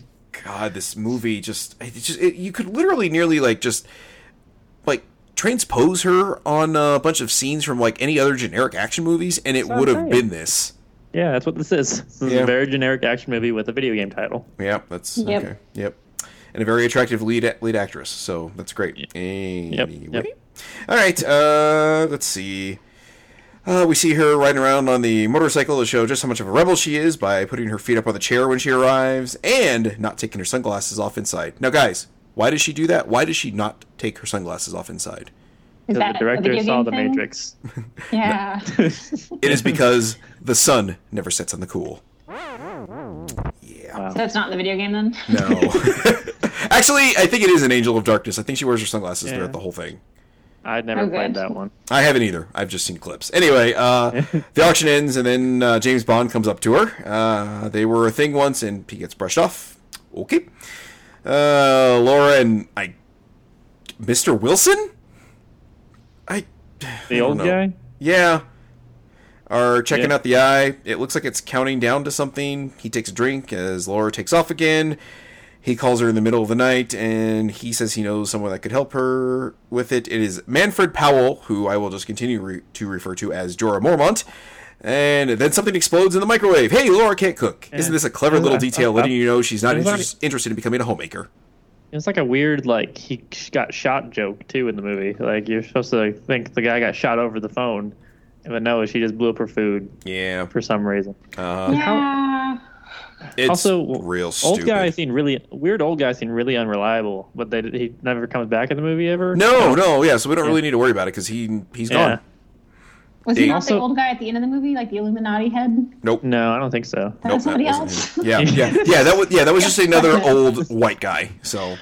Speaker 1: God, this movie just it just it, you could literally nearly like just like transpose her on a bunch of scenes from like any other generic action movies and it
Speaker 2: what
Speaker 1: would
Speaker 2: I'm
Speaker 1: have been
Speaker 2: saying.
Speaker 1: this.
Speaker 2: Yeah, that's what this is. This is
Speaker 1: Yeah.
Speaker 2: a very generic action movie with a video game title.
Speaker 1: Yep, that's
Speaker 3: Yep.
Speaker 1: okay. Yep, and a very attractive lead lead actress. So that's great. Anyway,
Speaker 2: yep.
Speaker 1: all right. Uh, let's see. Uh, we see her riding around on the motorcycle to show just how much of a rebel she is by putting her feet up on the chair when she arrives and not taking her sunglasses off inside. Now, guys, why does she do that? Why does she not take her sunglasses off inside?
Speaker 3: Is
Speaker 2: The
Speaker 3: that a
Speaker 2: director
Speaker 3: video game
Speaker 2: saw The
Speaker 3: thing?
Speaker 2: Matrix.
Speaker 3: Yeah.
Speaker 1: It is because the sun never sets on the cool. Yeah.
Speaker 2: Wow.
Speaker 3: That's not the video game then.
Speaker 1: No. Actually, I think it is an Angel of Darkness. I think she wears her sunglasses
Speaker 2: Yeah.
Speaker 1: throughout the whole thing.
Speaker 2: I'd never
Speaker 3: Oh,
Speaker 2: played
Speaker 3: good.
Speaker 2: that one.
Speaker 1: I haven't either. I've just seen clips. Anyway, uh, the auction ends, and then uh, James Bond comes up to her. Uh, they were a thing once, and he gets brushed off. Okay. Uh, Laura and I. Mr. Wilson? I. I
Speaker 2: The
Speaker 1: don't
Speaker 2: old
Speaker 1: know.
Speaker 2: guy?
Speaker 1: Yeah. Are checking
Speaker 2: Yeah.
Speaker 1: out the eye. It looks like it's counting down to something. He takes a drink as Laura takes off again. He calls her in the middle of the night and he says he knows someone that could help her with it. It is Manfred Powell, who I will just continue re- to refer to as Jorah Mormont. And then something explodes in the microwave. Hey, Laura can't cook. Isn't this a clever
Speaker 2: Yeah.
Speaker 1: little detail letting you know she's not
Speaker 2: It was
Speaker 1: inter-
Speaker 2: already-
Speaker 1: interested in becoming a homemaker?
Speaker 2: It's like a weird, like, he got shot joke, too, in the movie. Like, you're supposed to think the guy got shot over the phone, but no, she just blew up her food
Speaker 1: Yeah.
Speaker 2: for some reason.
Speaker 1: Uh,
Speaker 3: yeah.
Speaker 1: it's
Speaker 2: also,
Speaker 1: real
Speaker 2: old
Speaker 1: stupid.
Speaker 2: guy seemed really, weird old guy seemed really unreliable, but they, he never comes back in the movie ever.
Speaker 1: no, no, yeah, so we don't really need to worry about it because he, he's
Speaker 2: Yeah.
Speaker 1: gone.
Speaker 3: Was he
Speaker 1: They-
Speaker 3: not
Speaker 2: Also-
Speaker 3: the old guy at the end of the movie, like the Illuminati head?
Speaker 1: Nope.
Speaker 2: No, I don't think so.
Speaker 3: That was somebody
Speaker 1: wasn't
Speaker 3: else.
Speaker 1: him. Yeah, yeah, yeah. That was yeah. That was just another old white guy. So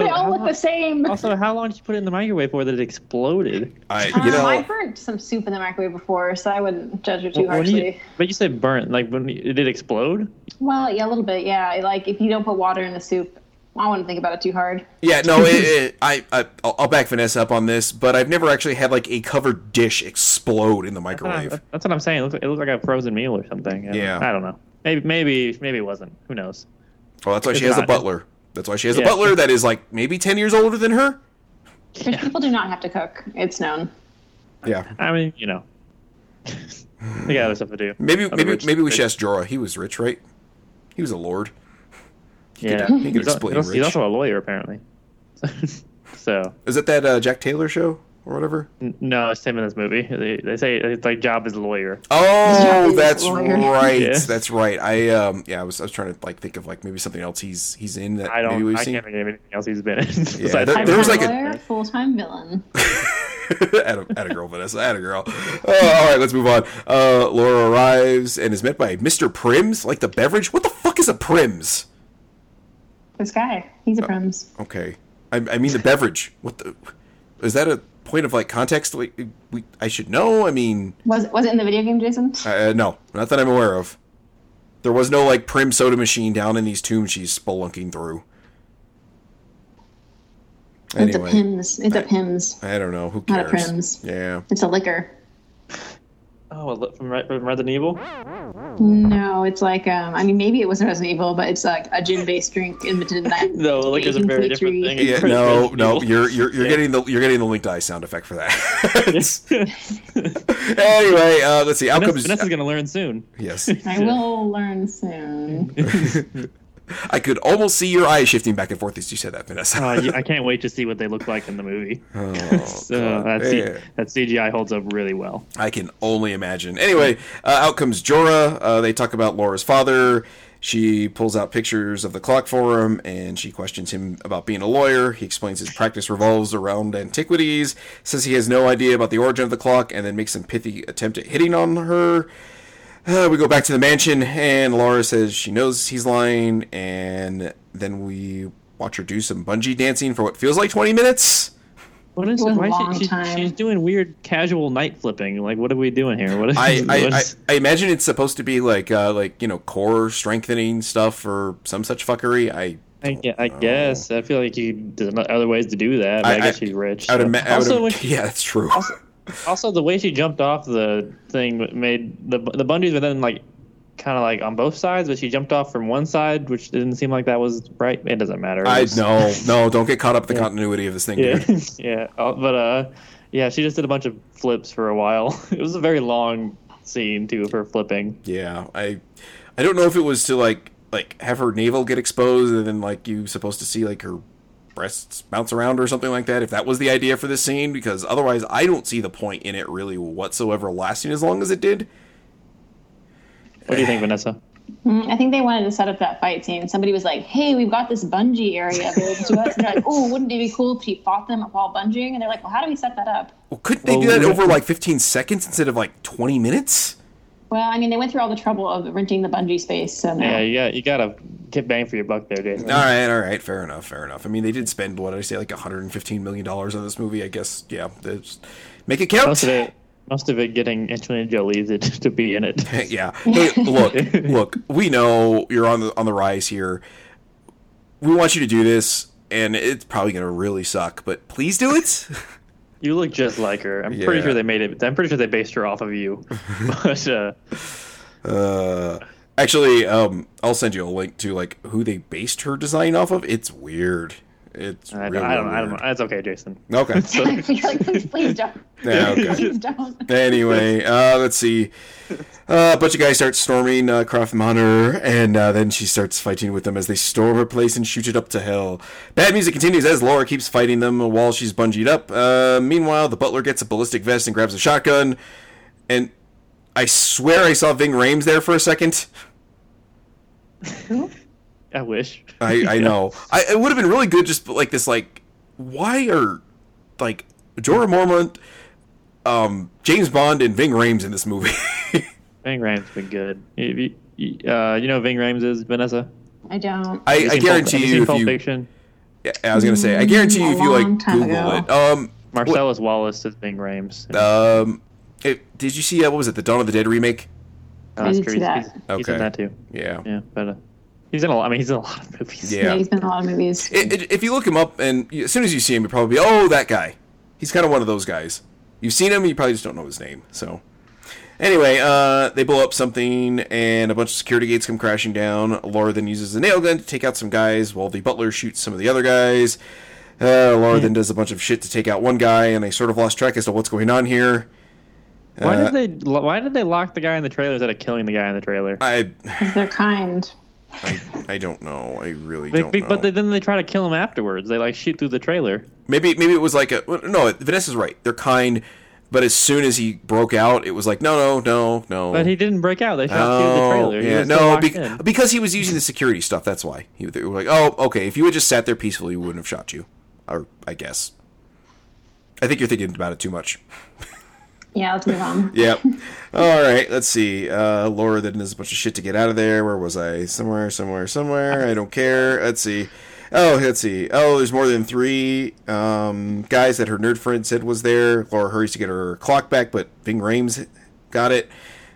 Speaker 3: They all
Speaker 2: how
Speaker 3: look
Speaker 2: long,
Speaker 3: the same.
Speaker 2: also, how long did you put it in the microwave for that it exploded?
Speaker 1: I,
Speaker 3: Um,
Speaker 1: you know,
Speaker 3: I've burnt some soup in the microwave before, so I wouldn't judge her too
Speaker 2: When you-
Speaker 3: harshly.
Speaker 2: but you said burnt, like when it did explode.
Speaker 3: Well, yeah, a little bit, yeah. Like if you don't put water in the soup, I wouldn't think about it too hard.
Speaker 1: yeah, no. It, it, I, I, I'll I'll back Vanessa up on this, but I've never actually had like a covered dish explode in the microwave.
Speaker 2: Uh, That's what I'm saying. It looked, it looked like a frozen meal or something. I-
Speaker 1: Yeah.
Speaker 2: I don't know. Maybe, maybe, maybe it wasn't. Who knows?
Speaker 1: Well, that's why she has
Speaker 2: It's
Speaker 1: a
Speaker 2: not-
Speaker 1: butler. That's why she has a
Speaker 2: Yeah.
Speaker 1: butler that is like maybe ten years older than her.
Speaker 3: Rich people do not have to cook; it's known.
Speaker 1: Yeah,
Speaker 2: I mean, you know, they got other stuff to do.
Speaker 1: maybe,
Speaker 2: Other
Speaker 1: maybe,
Speaker 2: rich-
Speaker 1: maybe we
Speaker 2: rich-
Speaker 1: should ask Jorah. He was rich, right? He was a lord.
Speaker 2: Yeah,
Speaker 1: he could
Speaker 2: he's, al-
Speaker 1: explain
Speaker 2: he's also, he's
Speaker 1: rich.
Speaker 2: also a lawyer apparently. so
Speaker 1: Is that that uh, Jack Taylor show or whatever?
Speaker 2: n- no, it's him in this movie. They, they say it's like job as a lawyer.
Speaker 1: Oh,
Speaker 3: Japanese
Speaker 1: that's
Speaker 3: lawyer.
Speaker 1: right.
Speaker 2: Yeah.
Speaker 1: That's right. I um yeah, I was I was trying to like think of like maybe something else he's he's in that
Speaker 2: I
Speaker 1: maybe
Speaker 2: don't.
Speaker 1: we've
Speaker 2: I
Speaker 1: seen.
Speaker 2: can't think of anything else he's been in.
Speaker 1: there-
Speaker 2: besides
Speaker 1: there was
Speaker 2: Full-Time
Speaker 1: like a-
Speaker 2: Lawyer.
Speaker 3: full time villain.
Speaker 1: at, a, at a girl, Vanessa. At a girl. Oh, all right, let's move on. Uh, Laura arrives and is met by Mr. Prims, like the beverage. What the fuck is a Prims?
Speaker 3: This guy, he's a
Speaker 1: Oh.
Speaker 3: prims.
Speaker 1: Okay, I, I mean the beverage. What the? Is that a point of like context? Like, we, I should know. I mean,
Speaker 3: Was was it in the video game, Jason?
Speaker 1: uh, no, not that I'm aware of. There was no like Prim soda machine down in these tombs she's spelunking through.
Speaker 3: it's a
Speaker 1: Anyway,
Speaker 3: pims. It's a pims.
Speaker 1: I don't know. Who
Speaker 3: Not
Speaker 1: cares?
Speaker 3: a Prims.
Speaker 1: Yeah.
Speaker 3: It's a liquor.
Speaker 2: Oh, a li- from, Re- from Resident Evil.
Speaker 3: No, it's like um. I mean, maybe it wasn't Resident Evil, but it's like a gin based drink invented in that.
Speaker 2: No, like it's a
Speaker 3: Baking
Speaker 2: very
Speaker 3: fruit
Speaker 2: different
Speaker 3: tree.
Speaker 2: thing.
Speaker 1: Yeah,
Speaker 2: From
Speaker 1: no,
Speaker 2: Resident
Speaker 1: no,
Speaker 2: Evil.
Speaker 1: you're you're you're
Speaker 2: Yeah.
Speaker 1: getting the you're getting the linked eye sound effect for that. anyway, uh, let's see. Out
Speaker 2: Vanessa,
Speaker 1: comes
Speaker 2: Vanessa's gonna learn soon.
Speaker 1: yes.
Speaker 3: I will learn soon.
Speaker 1: I could almost see your eye shifting back and forth as you said that, Vanessa.
Speaker 2: Uh, yeah, I can't wait to see what they look like in the movie.
Speaker 1: Oh,
Speaker 2: So
Speaker 1: God.
Speaker 2: that, C-
Speaker 1: Yeah.
Speaker 2: that CGI holds up really well.
Speaker 1: I can only imagine. Anyway, uh, out comes Jorah. Uh, they talk about Laura's father. She pulls out pictures of the clock for him, and she questions him about being a lawyer. He explains his practice revolves around antiquities, says he has no idea about the origin of the clock, and then makes some pithy attempt at hitting on her. Uh, we go back to the mansion, and Laura says she knows he's lying, and then we watch her do some bungee dancing for what feels like 20 minutes.
Speaker 2: What is
Speaker 3: It was a
Speaker 2: why is
Speaker 3: long
Speaker 2: she, she's-
Speaker 3: time.
Speaker 2: she's doing weird casual night flipping. Like, what are we doing here? What is,
Speaker 1: I,
Speaker 2: what
Speaker 1: I, I,
Speaker 2: is-
Speaker 1: I imagine it's supposed to be like uh, like you know core strengthening stuff or some such fuckery. I
Speaker 2: I, gue- I guess I feel like you there's not other ways to do that.
Speaker 1: Oh. I-
Speaker 2: I, guess
Speaker 1: I-
Speaker 2: she's rich.
Speaker 1: I would,
Speaker 2: so.
Speaker 1: ima- I would
Speaker 2: also,
Speaker 1: im-
Speaker 2: when she-
Speaker 1: yeah, that's true.
Speaker 2: also, also the way she jumped off the thing made the the bungees were then like kind of like on both sides, but she jumped off from one side, which didn't seem like that was right. It doesn't matter. It
Speaker 1: I
Speaker 2: was-
Speaker 1: no no don't get caught up in the continuity of this thing,
Speaker 2: Yeah, Oh,
Speaker 1: dude.
Speaker 2: yeah. Uh, but uh, yeah, she just did a bunch of flips for a while. It was a very long scene too of her flipping.
Speaker 1: Yeah, I I don't know if it was to like like have her navel get exposed and then like you supposed to see like her breasts bounce around or something like that if that was the idea for this scene because otherwise I don't see the point in it really whatsoever lasting as long as it did.
Speaker 2: What do you think, Vanessa?
Speaker 3: Mm, I think they wanted to set up that fight scene. Somebody was like, "Hey, we've got this bungee area available to us." And they're like, "Oh, wouldn't it be cool if she fought them while bungeeing?" And they're like, "Well, how do we set that up?"
Speaker 1: Well, couldn't they do
Speaker 2: Well,
Speaker 1: that
Speaker 2: we-
Speaker 1: over like 15 seconds instead of like 20 minutes?
Speaker 3: Well, I mean, they went through all the trouble of renting the bungee space, so no.
Speaker 2: Yeah, yeah, you gotta get bang for your buck there, Jason.
Speaker 1: All right, all right, fair enough, fair enough. I mean, they did spend what did I say like 115 million dollars on this movie. I guess yeah, that's- make it count.
Speaker 2: Most of it, most of it getting Angelina Jolie to, to be in it.
Speaker 1: yeah. Hey, look, look. We know you're on the on the rise here. We want you to do this, and it's probably gonna really suck, but please do it.
Speaker 2: You look just like her. I'm pretty
Speaker 1: Yeah.
Speaker 2: sure they made it. I'm pretty sure they based her off of you. but uh,
Speaker 1: Uh, actually, um, I'll send you a link to like who they based her design off of. It's weird. It's
Speaker 2: I,
Speaker 1: really
Speaker 2: I don't. I don't.
Speaker 1: weird.
Speaker 2: know. That's okay, Jason.
Speaker 1: Okay.
Speaker 3: I feel like please, please don't,
Speaker 1: Yeah, okay.
Speaker 3: please don't.
Speaker 1: anyway, uh, let's see. Uh, a bunch of guys start storming uh, Kraft Maner, and uh, then she starts fighting with them as they storm her place and shoot it up to hell. Bad music continues as Laura keeps fighting them while she's bungeed up. Uh, meanwhile, the butler gets a ballistic vest and grabs a shotgun. And I swear I saw Ving Rames there for a second.
Speaker 2: I wish.
Speaker 1: I, I know. I, it would have been really good just like this like why are like Jorah Mormont, um, James Bond, and Ving Rames in this movie?
Speaker 2: Ving Rhames been good. You, you- uh, you know who Ving Rhames is Vanessa.
Speaker 3: I don't.
Speaker 1: I,
Speaker 2: Have
Speaker 1: I
Speaker 2: you seen Pulp-
Speaker 1: guarantee
Speaker 2: have
Speaker 1: you,
Speaker 2: seen
Speaker 1: if
Speaker 2: Pulp
Speaker 1: you
Speaker 2: Fiction.
Speaker 1: Yeah, I was gonna say, I guarantee you
Speaker 3: Mm,
Speaker 1: if
Speaker 3: a
Speaker 1: you like
Speaker 3: long time
Speaker 1: Google
Speaker 3: ago.
Speaker 1: it. Um,
Speaker 2: Marcellus Wallace is Ving Rhames.
Speaker 1: um, it, did you see uh, what was it, the Dawn of the Dead remake?
Speaker 3: I didn't
Speaker 2: Oscar,
Speaker 3: see
Speaker 2: Uh,
Speaker 3: that.
Speaker 2: he's- He's, he's in
Speaker 1: Okay.
Speaker 2: that too.
Speaker 1: Yeah,
Speaker 2: Yeah, but uh, he's in a lot. I mean, he's in a lot of movies.
Speaker 1: yeah.
Speaker 3: Yeah, he's been in a lot of movies.
Speaker 1: I- I- if you look him up, and you- as soon as you see him, you probably be, oh, that guy. He's kind of one of those guys. You've seen him, you probably just don't know his name. So, anyway, uh, they blow up something, and a bunch of security gates come crashing down. Laura then uses a nail gun to take out some guys, while the butler shoots some of the other guys. Uh, Laura then does a bunch of shit to take out one guy, and I sort of lost track as to what's going on here.
Speaker 2: Why
Speaker 1: Uh,
Speaker 2: did they? lo- Why did they lock the guy in the trailer instead of killing the guy in the trailer?
Speaker 1: I
Speaker 3: They're kind.
Speaker 1: I, I don't know. I really
Speaker 2: They-
Speaker 1: don't
Speaker 2: they-
Speaker 1: know.
Speaker 2: but they, then they try to kill him afterwards. They like shoot through the trailer.
Speaker 1: maybe maybe it was like a well, no. Vanessa's right. They're kind, but as soon as he broke out, it was like no, no, no, no.
Speaker 2: But he didn't break out. They shot through the
Speaker 1: Oh,
Speaker 2: trailer. He
Speaker 1: yeah,
Speaker 2: was still
Speaker 1: no,
Speaker 2: locked
Speaker 1: bec-
Speaker 2: in.
Speaker 1: because he was using the security stuff. That's why he they were like, oh, okay. If you had just sat there peacefully, we wouldn't have shot you. Or I guess. I think you're thinking about it too much.
Speaker 3: Yeah, let's move on.
Speaker 1: Yep. All right. Let's see. Uh, Laura then does a bunch of shit to get out of there. Where was I? Somewhere, somewhere, somewhere. I don't care. Let's see. Oh, let's see. Oh, there's more than three um, guys that her nerd friend said was there. Laura hurries to get her clock back, but Ving Rames got it.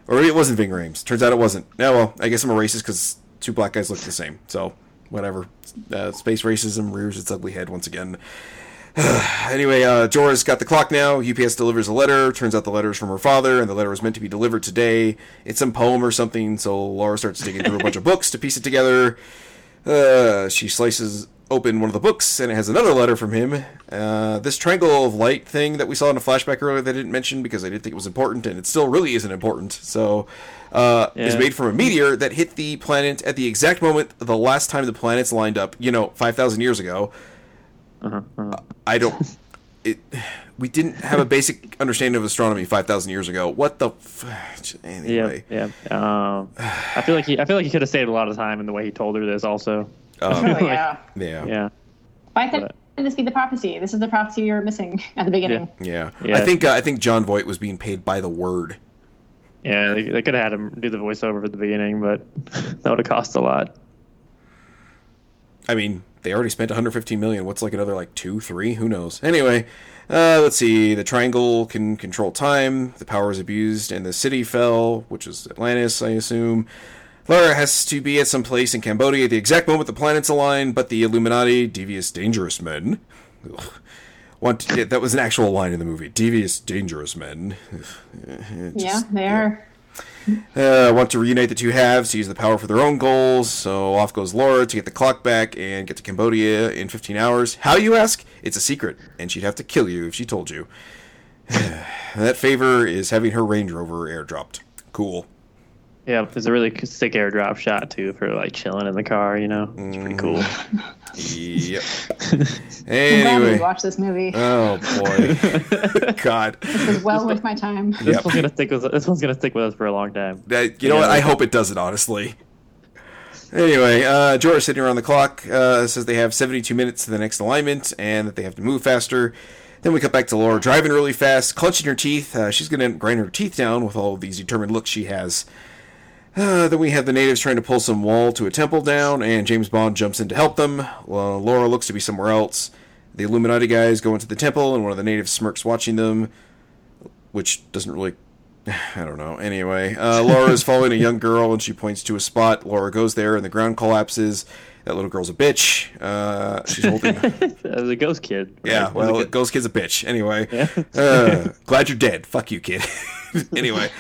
Speaker 1: Or maybe it wasn't Ving Rames. Turns out it wasn't. No, well, I guess I'm a racist because two black guys look the same. So, whatever. Uh, space racism rears its ugly head once again. Anyway, uh, Jorah's got the clock now. UPS delivers a letter. Turns out the letter is from her father, and the letter was meant to be delivered today. It's some poem or something, so Laura starts digging through a bunch of books to piece it together. Uh, she slices open one of the books, and it has another letter from him. Uh, this triangle of light thing that we saw in a flashback earlier that I didn't mention because I didn't think it was important, and it still really isn't important, so uh, is
Speaker 2: Yeah.
Speaker 1: made from a meteor that hit the planet at the exact moment the last time the planets lined up, you know, 5,000 years ago. I don't. It. We didn't have a basic understanding of astronomy five thousand years ago. What the? F-
Speaker 2: Yeah,
Speaker 1: anyway,
Speaker 2: yeah. Um, I feel like he. I feel like he could have saved a lot of time in the way he told her this. Also,
Speaker 3: Oh,
Speaker 1: Um,
Speaker 3: yeah.
Speaker 1: yeah, yeah,
Speaker 2: yeah.
Speaker 3: Why couldn't
Speaker 1: uh,
Speaker 3: this be the prophecy? This is the prophecy you were missing at the beginning.
Speaker 1: I
Speaker 2: Yeah.
Speaker 1: think uh, I think John Voight was being paid by the word.
Speaker 2: Yeah, they, they could have had him do the voiceover at the beginning, but that would have cost a lot.
Speaker 1: I mean, they already spent 115 million. What's like another like two, three? Who knows? Anyway, uh, let's see. The triangle can control time. The power is abused, and the city fell, which is Atlantis, I assume. Lara has to be at some place in Cambodia at the exact moment the planets align, but the Illuminati, devious, dangerous men. Ugh. Want to, yeah, that was an actual line in the movie. Devious, dangerous men. Ugh.
Speaker 3: yeah, they are.
Speaker 1: Uh, want to reunite the two halves to use the power for their own goals. So off goes Laura to get the clock back and get to Cambodia in 15 hours. How you ask? It's a secret, and she'd have to kill you if she told you. that favor is having her Range Rover airdropped. Cool.
Speaker 2: Yeah, it's a really sick airdrop shot too for like chilling in the car. You know, it's pretty cool.
Speaker 1: Mm, Yep.
Speaker 3: I'm glad we
Speaker 1: Anyway.
Speaker 3: watched this movie.
Speaker 1: Oh boy. God.
Speaker 3: it was well worth my time.
Speaker 2: This
Speaker 1: Yep.
Speaker 2: one's gonna stick with this one's gonna stick with us for a long time.
Speaker 1: That you know what? I hope it doesn't. Honestly. Anyway, uh, Jorah sitting around the clock uh, says they have 72 minutes to the next alignment and that they have to move faster. Then we cut back to Laura driving really fast, clenching her teeth. Uh, she's going to grind her teeth down with all of these determined looks she has. Uh, then we have the natives trying to pull some wall to a temple down, and James Bond jumps in to help them. Well, Laura looks to be somewhere else. The Illuminati guys go into the temple, and one of the natives smirks watching them, which doesn't really. I don't know. Anyway, uh, Laura is following a young girl, and she points to a spot. Laura goes there, and the ground collapses. That little girl's a bitch. Uh, she's holding.
Speaker 2: It was a ghost kid. right?
Speaker 1: Yeah,
Speaker 2: It was a
Speaker 1: well,
Speaker 2: good-
Speaker 1: Ghost Kid's a bitch. Anyway,
Speaker 2: Yeah.
Speaker 1: uh, glad you're dead. Fuck you, kid. anyway,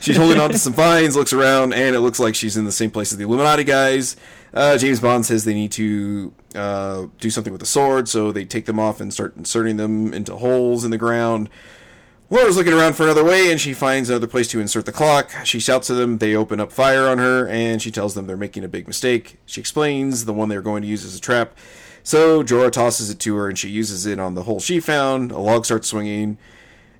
Speaker 1: she's holding on to some vines, looks around, and it looks like she's in the same place as the Illuminati guys. Uh, James Bond says they need to uh, do something with the sword, so they take them off and start inserting them into holes in the ground. Laura's looking around for another way, and she finds another place to insert the clock. She shouts to them, they open up fire on her, and she tells them they're making a big mistake. She explains the one they're going to use is a trap. So Jorah tosses it to her, and she uses it on the hole she found. A log starts swinging.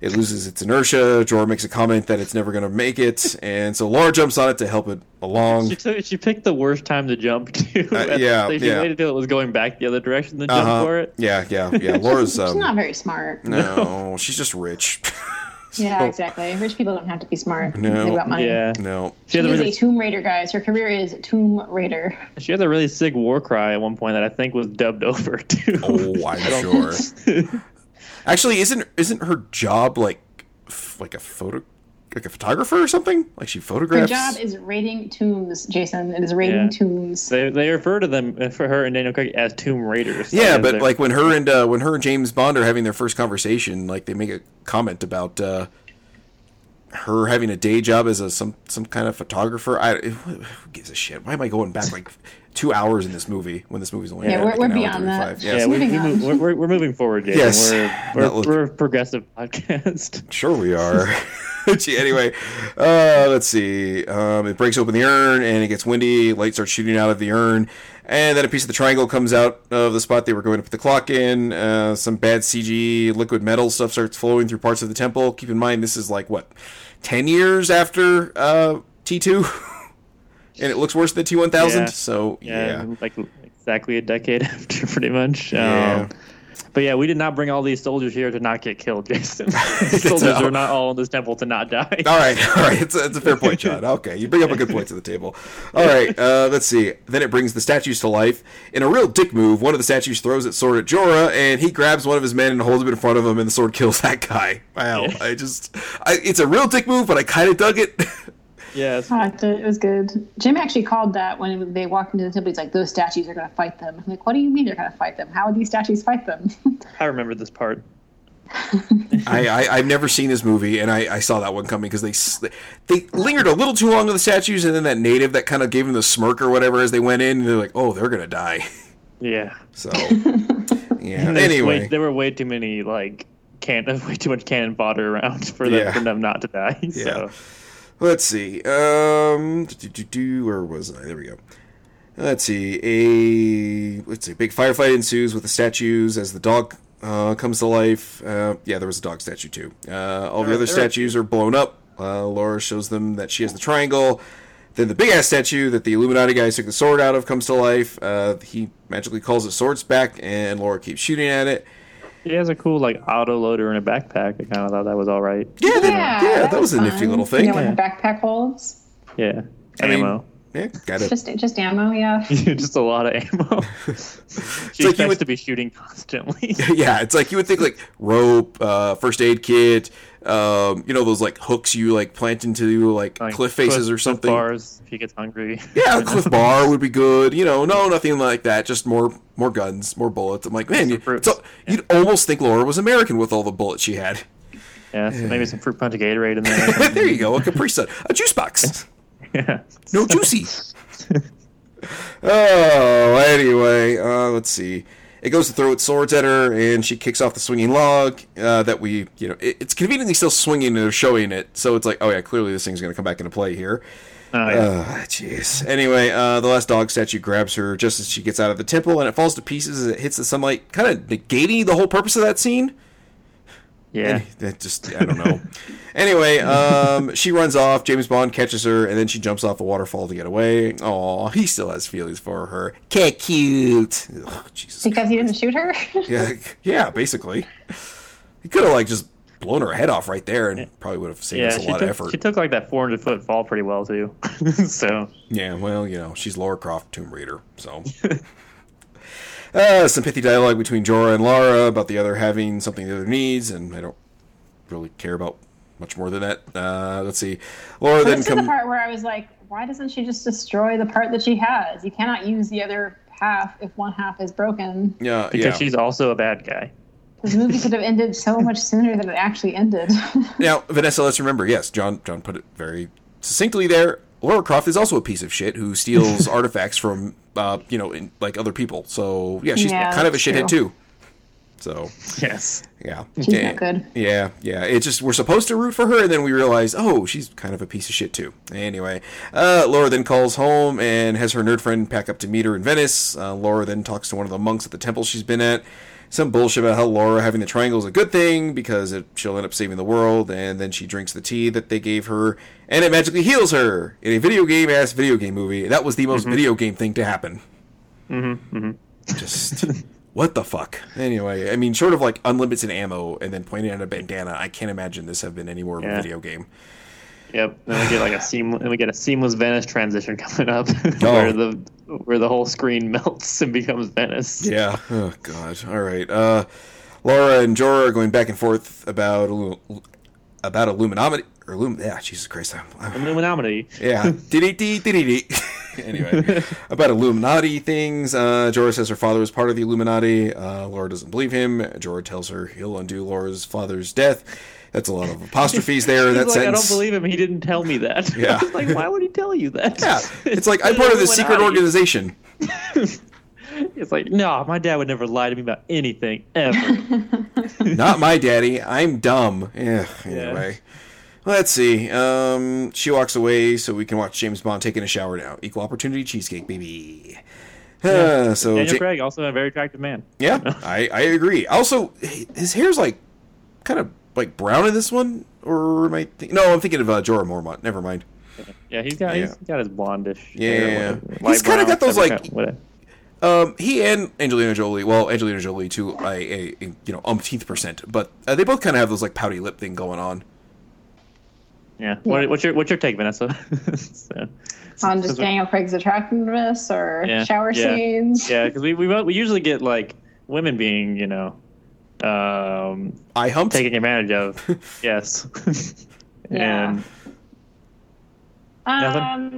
Speaker 1: It loses its inertia. Jorah makes a comment that it's never going to make it, and so Laura jumps on it to help it along.
Speaker 2: she, took, she picked the worst time to jump to.
Speaker 1: Uh, yeah,
Speaker 2: she
Speaker 1: yeah.
Speaker 2: waited till it was going back the other direction to jump
Speaker 1: Uh-huh.
Speaker 2: for it.
Speaker 1: Yeah, yeah, yeah. Laura's
Speaker 3: She's not
Speaker 1: um,
Speaker 3: very smart.
Speaker 1: no, she's just rich.
Speaker 3: Yeah, exactly. Rich people don't have to be smart.
Speaker 1: No.
Speaker 3: They've got money.
Speaker 2: Yeah,
Speaker 1: no,
Speaker 3: She
Speaker 2: she had, a
Speaker 3: is a
Speaker 2: really,
Speaker 3: Tomb Raider, guys. Her career is Tomb Raider.
Speaker 2: she had a really sick war cry at one point that I think was dubbed over too.
Speaker 1: Oh, I'm sure. Actually, isn't isn't her job like f- like a photo like a photographer or something? Like she
Speaker 3: Her
Speaker 1: photographs.
Speaker 3: job is raiding tombs, Jason. It is raiding
Speaker 2: Yeah.
Speaker 3: tombs.
Speaker 2: They, they refer to them uh, for her and Daniel Craig as Tomb Raiders.
Speaker 1: yeah,
Speaker 2: Like,
Speaker 1: but
Speaker 2: they're-
Speaker 1: like when her and uh, when her and James Bond are having their first conversation, like they make a comment about uh, her having a day job as a some some kind of photographer. I who gives a shit? Why am I going back like two hours in this movie when this movie's only had,
Speaker 3: Yeah, we're-
Speaker 1: like,
Speaker 3: we're
Speaker 1: an hour
Speaker 3: beyond that.
Speaker 1: 35?
Speaker 2: yeah,
Speaker 1: Yes.
Speaker 2: we, we
Speaker 3: moving on.
Speaker 2: move, we're, we're, we're moving forward, Jason.
Speaker 1: Yes.
Speaker 2: We're,
Speaker 1: Not
Speaker 2: we're,
Speaker 1: looking-
Speaker 2: we're a progressive podcast.
Speaker 1: Sure, we are. Gee, anyway, uh, let's see. Um, it breaks open the urn and it gets windy. Light starts shooting out of the urn, and then a piece of the triangle comes out of the spot they were going to put the clock in. Uh, some bad CG liquid metal stuff starts flowing through parts of the temple. Keep in mind, this is like what ten years after uh, T two, and it looks worse than T one
Speaker 2: Yeah.
Speaker 1: thousand. So
Speaker 2: yeah,
Speaker 1: yeah,
Speaker 2: like exactly a decade after, pretty much. Um,
Speaker 1: Yeah.
Speaker 2: But yeah, we did not bring all these soldiers here to not get killed, Jason. soldiers
Speaker 1: all.
Speaker 2: are not all in this temple to not die.
Speaker 1: All right, all right. It's a, it's a fair point, John. Okay, you bring up a good point to the table. All right, uh, let's see. Then it brings the statues to life. In a real dick move, one of the statues throws its sword at Jorah, and he grabs one of his men and holds him in front of him, and the sword kills that guy. Wow, I just, I, it's a real dick move, but I kind of dug it.
Speaker 2: Yes.
Speaker 3: I liked Oh, it. It was good. Jim actually called that when they walked into the temple. He's like, "Those statues are going to fight them." I'm like, "What do you mean they're going to fight them? How would these statues fight them?"
Speaker 2: I remember this part.
Speaker 1: I, I, I've never seen this movie, and I, I saw that one coming because they s- they lingered a little too long with the statues, and then that native that kind of gave him the smirk or whatever as they went in, and they're like, oh, they're gonna die.
Speaker 2: Yeah.
Speaker 1: So, yeah.
Speaker 2: There's way-
Speaker 1: Anyway,
Speaker 2: there were way too many like can there's way too much cannon fodder around for them
Speaker 1: Yeah.
Speaker 2: for them not to die. So
Speaker 1: Let's see. Um, do, do, do, where was I? There we go. Let's see. A let's see. Big firefight ensues with the statues as the dog uh, comes to life. Uh, yeah, there was a dog statue too. Uh, all the
Speaker 2: There-
Speaker 1: other
Speaker 2: there-
Speaker 1: statues are blown up. Uh, Laura shows them that she has the triangle. Then the big ass statue that the Illuminati guys took the sword out of comes to life. Uh, he magically calls his swords back, and Laura keeps shooting at it.
Speaker 2: he has a cool like auto loader in a backpack. I kind of thought that was all right.
Speaker 1: Yeah, that, yeah, that, was, a nifty
Speaker 3: fun.
Speaker 1: little thing.
Speaker 3: You know what
Speaker 1: yeah.
Speaker 3: a backpack holds?
Speaker 2: Yeah.
Speaker 1: I mean-
Speaker 2: ammo.
Speaker 1: yeah, got it.
Speaker 3: Just just ammo, yeah.
Speaker 2: Just a lot of ammo. she
Speaker 1: you
Speaker 2: expects
Speaker 1: would-
Speaker 2: to be shooting constantly.
Speaker 1: yeah, it's like you would think like rope, uh, first aid kit, um, you know those like hooks you like plant into like,
Speaker 2: Like,
Speaker 1: cliff faces or
Speaker 2: cliff
Speaker 1: something.
Speaker 2: bars if he gets hungry.
Speaker 1: Yeah, a cliff bar would be good. You know, no, nothing like that. Just more more guns, more bullets. I'm like, man, you,
Speaker 2: fruits.
Speaker 1: so, you'd almost think Laura was American with all the bullets she had.
Speaker 2: Yeah, so maybe some fruit punch Gatorade in there.
Speaker 1: there you go, a Capri Sun, a juice box.
Speaker 2: yeah.
Speaker 1: No juicy. oh, anyway, uh, let's see. It goes to throw its swords at her, and she kicks off the swinging log uh, that we, you know, it, it's conveniently still swinging and they're showing it. So it's like, oh yeah, clearly this thing's going to come back into play here.
Speaker 2: Uh,
Speaker 1: Ah, jeez. Anyway, uh, the last dog statue grabs her just as she gets out of the temple, and it falls to pieces as it hits the sunlight, kind of negating the whole purpose of that scene.
Speaker 2: yeah.
Speaker 1: And that just I don't know. anyway, um, she runs off. James Bond catches her, and then she jumps off the waterfall to get away. Aw, he still has feelings for her. Cat cute. Ugh, Jesus.
Speaker 3: because he didn't shoot her.
Speaker 1: Yeah, yeah, basically. He could have like just blown her head off right there, and probably would have saved
Speaker 2: Yeah,
Speaker 1: us a
Speaker 2: she
Speaker 1: lot of
Speaker 2: took,
Speaker 1: effort.
Speaker 2: she took like that 400 foot fall pretty well too. so
Speaker 1: Yeah, well, you know, she's Laura Croft Tomb Raider, so. uh, some pithy dialogue between Jorah and Lara about the other having something the other needs, and I don't really care about much more than that. Uh, let's see. Laura then
Speaker 3: this is the
Speaker 1: comes.
Speaker 3: part where I was like, why doesn't she just destroy the part that she has? You cannot use the other half if one half is broken.
Speaker 1: Yeah,
Speaker 2: because
Speaker 1: yeah.
Speaker 2: she's also a bad guy.
Speaker 3: This movie could have ended so much sooner than it actually ended.
Speaker 1: Now, Vanessa, let's remember. Yes, John. John put it very succinctly there. Laura Croft is also a piece of shit who steals artifacts from, uh, you know, in, like other people. So yeah, she's
Speaker 3: Yeah,
Speaker 1: kind of a
Speaker 3: that's
Speaker 1: shithead
Speaker 3: true.
Speaker 1: too. So
Speaker 2: Yes.
Speaker 1: Yeah.
Speaker 3: She's
Speaker 1: yeah.
Speaker 3: not good.
Speaker 1: Yeah, yeah. It's just we're supposed to root for her, and then we realize, oh, she's kind of a piece of shit too. Anyway, uh, Laura then calls home and has her nerd friend pack up to meet her in Venice. Uh, Laura then talks to one of the monks at the temple she's been at. Some bullshit about how Laura having the triangle is a good thing because it, she'll end up saving the world, and then she drinks the tea that they gave her, and it magically heals her in a video game ass video game movie. That was the most video game thing to happen just what the fuck anyway i mean short of like unlimited ammo and then pointing at a bandana i can't imagine this have been any more of a
Speaker 2: Yeah.
Speaker 1: video game
Speaker 2: Yep. Then we get like a seamless, and we get a seamless Venice transition coming up,
Speaker 1: Oh.
Speaker 2: where the where the whole screen melts and becomes Venice.
Speaker 1: yeah oh god all right uh laura and jorah are going back and forth about illu- about illuminati or Illum- yeah jesus christ I'm, I'm-
Speaker 2: Illuminati.
Speaker 1: Yeah. Diddy dee diddy dee. Anyway, about Illuminati things, uh, Jorah says her father was part of the Illuminati. Uh, Laura doesn't believe him. Jorah tells her he'll undo Laura's father's death. That's a lot of apostrophes there in
Speaker 2: He's
Speaker 1: that
Speaker 2: like, I
Speaker 1: sentence.
Speaker 2: don't believe him. He didn't tell me that.
Speaker 1: Yeah.
Speaker 2: I was like, why would he tell you that?
Speaker 1: yeah, it's like I'm part of this secret
Speaker 2: Illuminati.
Speaker 1: organization.
Speaker 2: It's like, no, my dad would never lie to me about anything ever.
Speaker 1: Not my daddy. I'm dumb. Yeah. Anyway, let's see. Um, she walks away so we can watch James Bond taking a shower now. Equal opportunity cheesecake, baby. Uh, so
Speaker 2: Daniel
Speaker 1: Ja-
Speaker 2: Craig, also a very attractive man.
Speaker 1: Yeah, I, I agree. Also, h- his hair's like kind of like brown in this one, or am I? Think- no, I'm thinking of uh, Jorah Mormont. Never mind.
Speaker 2: Yeah, he's got
Speaker 1: Yeah.
Speaker 2: he's got his blondish.
Speaker 1: Yeah,
Speaker 2: hair,
Speaker 1: yeah, yeah.
Speaker 2: whatever.
Speaker 1: He's kinda
Speaker 2: Light brown,
Speaker 1: got those,
Speaker 2: whatever,
Speaker 1: like-
Speaker 2: whatever.
Speaker 1: Um, he and Angelina Jolie. Well, Angelina Jolie too. I, a, a, you know umpteenth percent, but uh, they both kind of have those like pouty lip thing going on.
Speaker 2: Yeah. What, what's your what's your take, Vanessa? so,
Speaker 3: On just
Speaker 2: since we-
Speaker 3: Daniel Craig's attractiveness or
Speaker 2: Yeah,
Speaker 3: shower
Speaker 2: yeah,
Speaker 3: scenes.
Speaker 2: Yeah, because we, we mo- we usually get like women being you know um,
Speaker 1: I humped.
Speaker 2: taken advantage of. yes.
Speaker 3: Yeah.
Speaker 2: And
Speaker 3: Um,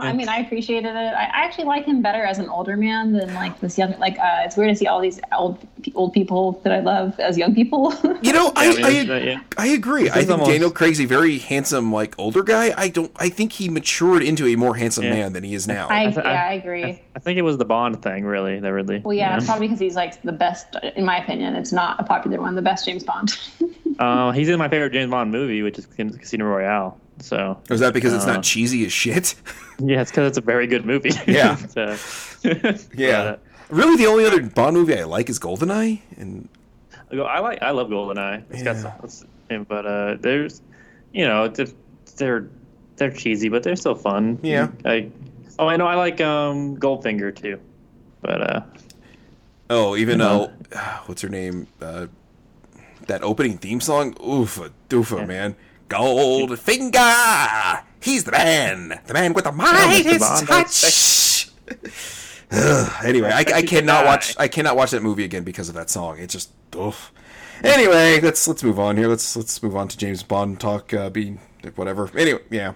Speaker 3: I
Speaker 2: Yeah.
Speaker 3: mean, I appreciated it. I I actually like him better as an older man than like this young. Like, uh, it's weird to see all these old old people that I love as young people.
Speaker 1: You know, I,
Speaker 2: Yeah, I mean,
Speaker 1: I,
Speaker 2: it's, uh, yeah.
Speaker 1: I agree. I
Speaker 2: is
Speaker 1: think
Speaker 2: almost-
Speaker 1: Daniel Craig's a very handsome, like older guy. I don't. I think he matured into a more handsome
Speaker 2: Yeah.
Speaker 1: man than he is now.
Speaker 3: I,
Speaker 2: I th-
Speaker 3: yeah,
Speaker 2: I-
Speaker 3: I agree.
Speaker 2: I think it was the Bond thing, really. That really.
Speaker 3: well, yeah,
Speaker 2: you
Speaker 3: it's
Speaker 2: know?
Speaker 3: probably because he's like the best, in my opinion. It's not a popular one, the best James Bond.
Speaker 2: Uh, he's in my favorite James Bond movie, which is Cas- Casino Royale. So
Speaker 1: Or is that because it's
Speaker 2: Uh.
Speaker 1: not cheesy as shit?
Speaker 2: yeah, it's because it's a very good movie.
Speaker 1: Yeah.
Speaker 2: So-
Speaker 1: Yeah. really, the only other Bond movie I like is Goldeneye, and
Speaker 2: But, uh, I like. I love Goldeneye. It's got
Speaker 1: Yeah.
Speaker 2: some, it's- yeah, but uh, there's, you know, it's- they're they're cheesy, but they're still fun.
Speaker 1: Yeah.
Speaker 2: I, oh, I know. I like um Goldfinger too, but uh,
Speaker 1: Oh, even uh, what's her name? Uh, that opening theme song. Oofa, doofa, man. Gold finger. He's the man. The man with the mightiest
Speaker 2: Bond, I
Speaker 1: touch. Ugh, anyway, I, I
Speaker 2: expect you to
Speaker 1: cannot
Speaker 2: die.
Speaker 1: watch. I cannot watch that movie again because of that song. It's just oof. Anyway, let's let's move on here. Let's let's move on to James Bond talk. Uh, be whatever. Anyway, yeah.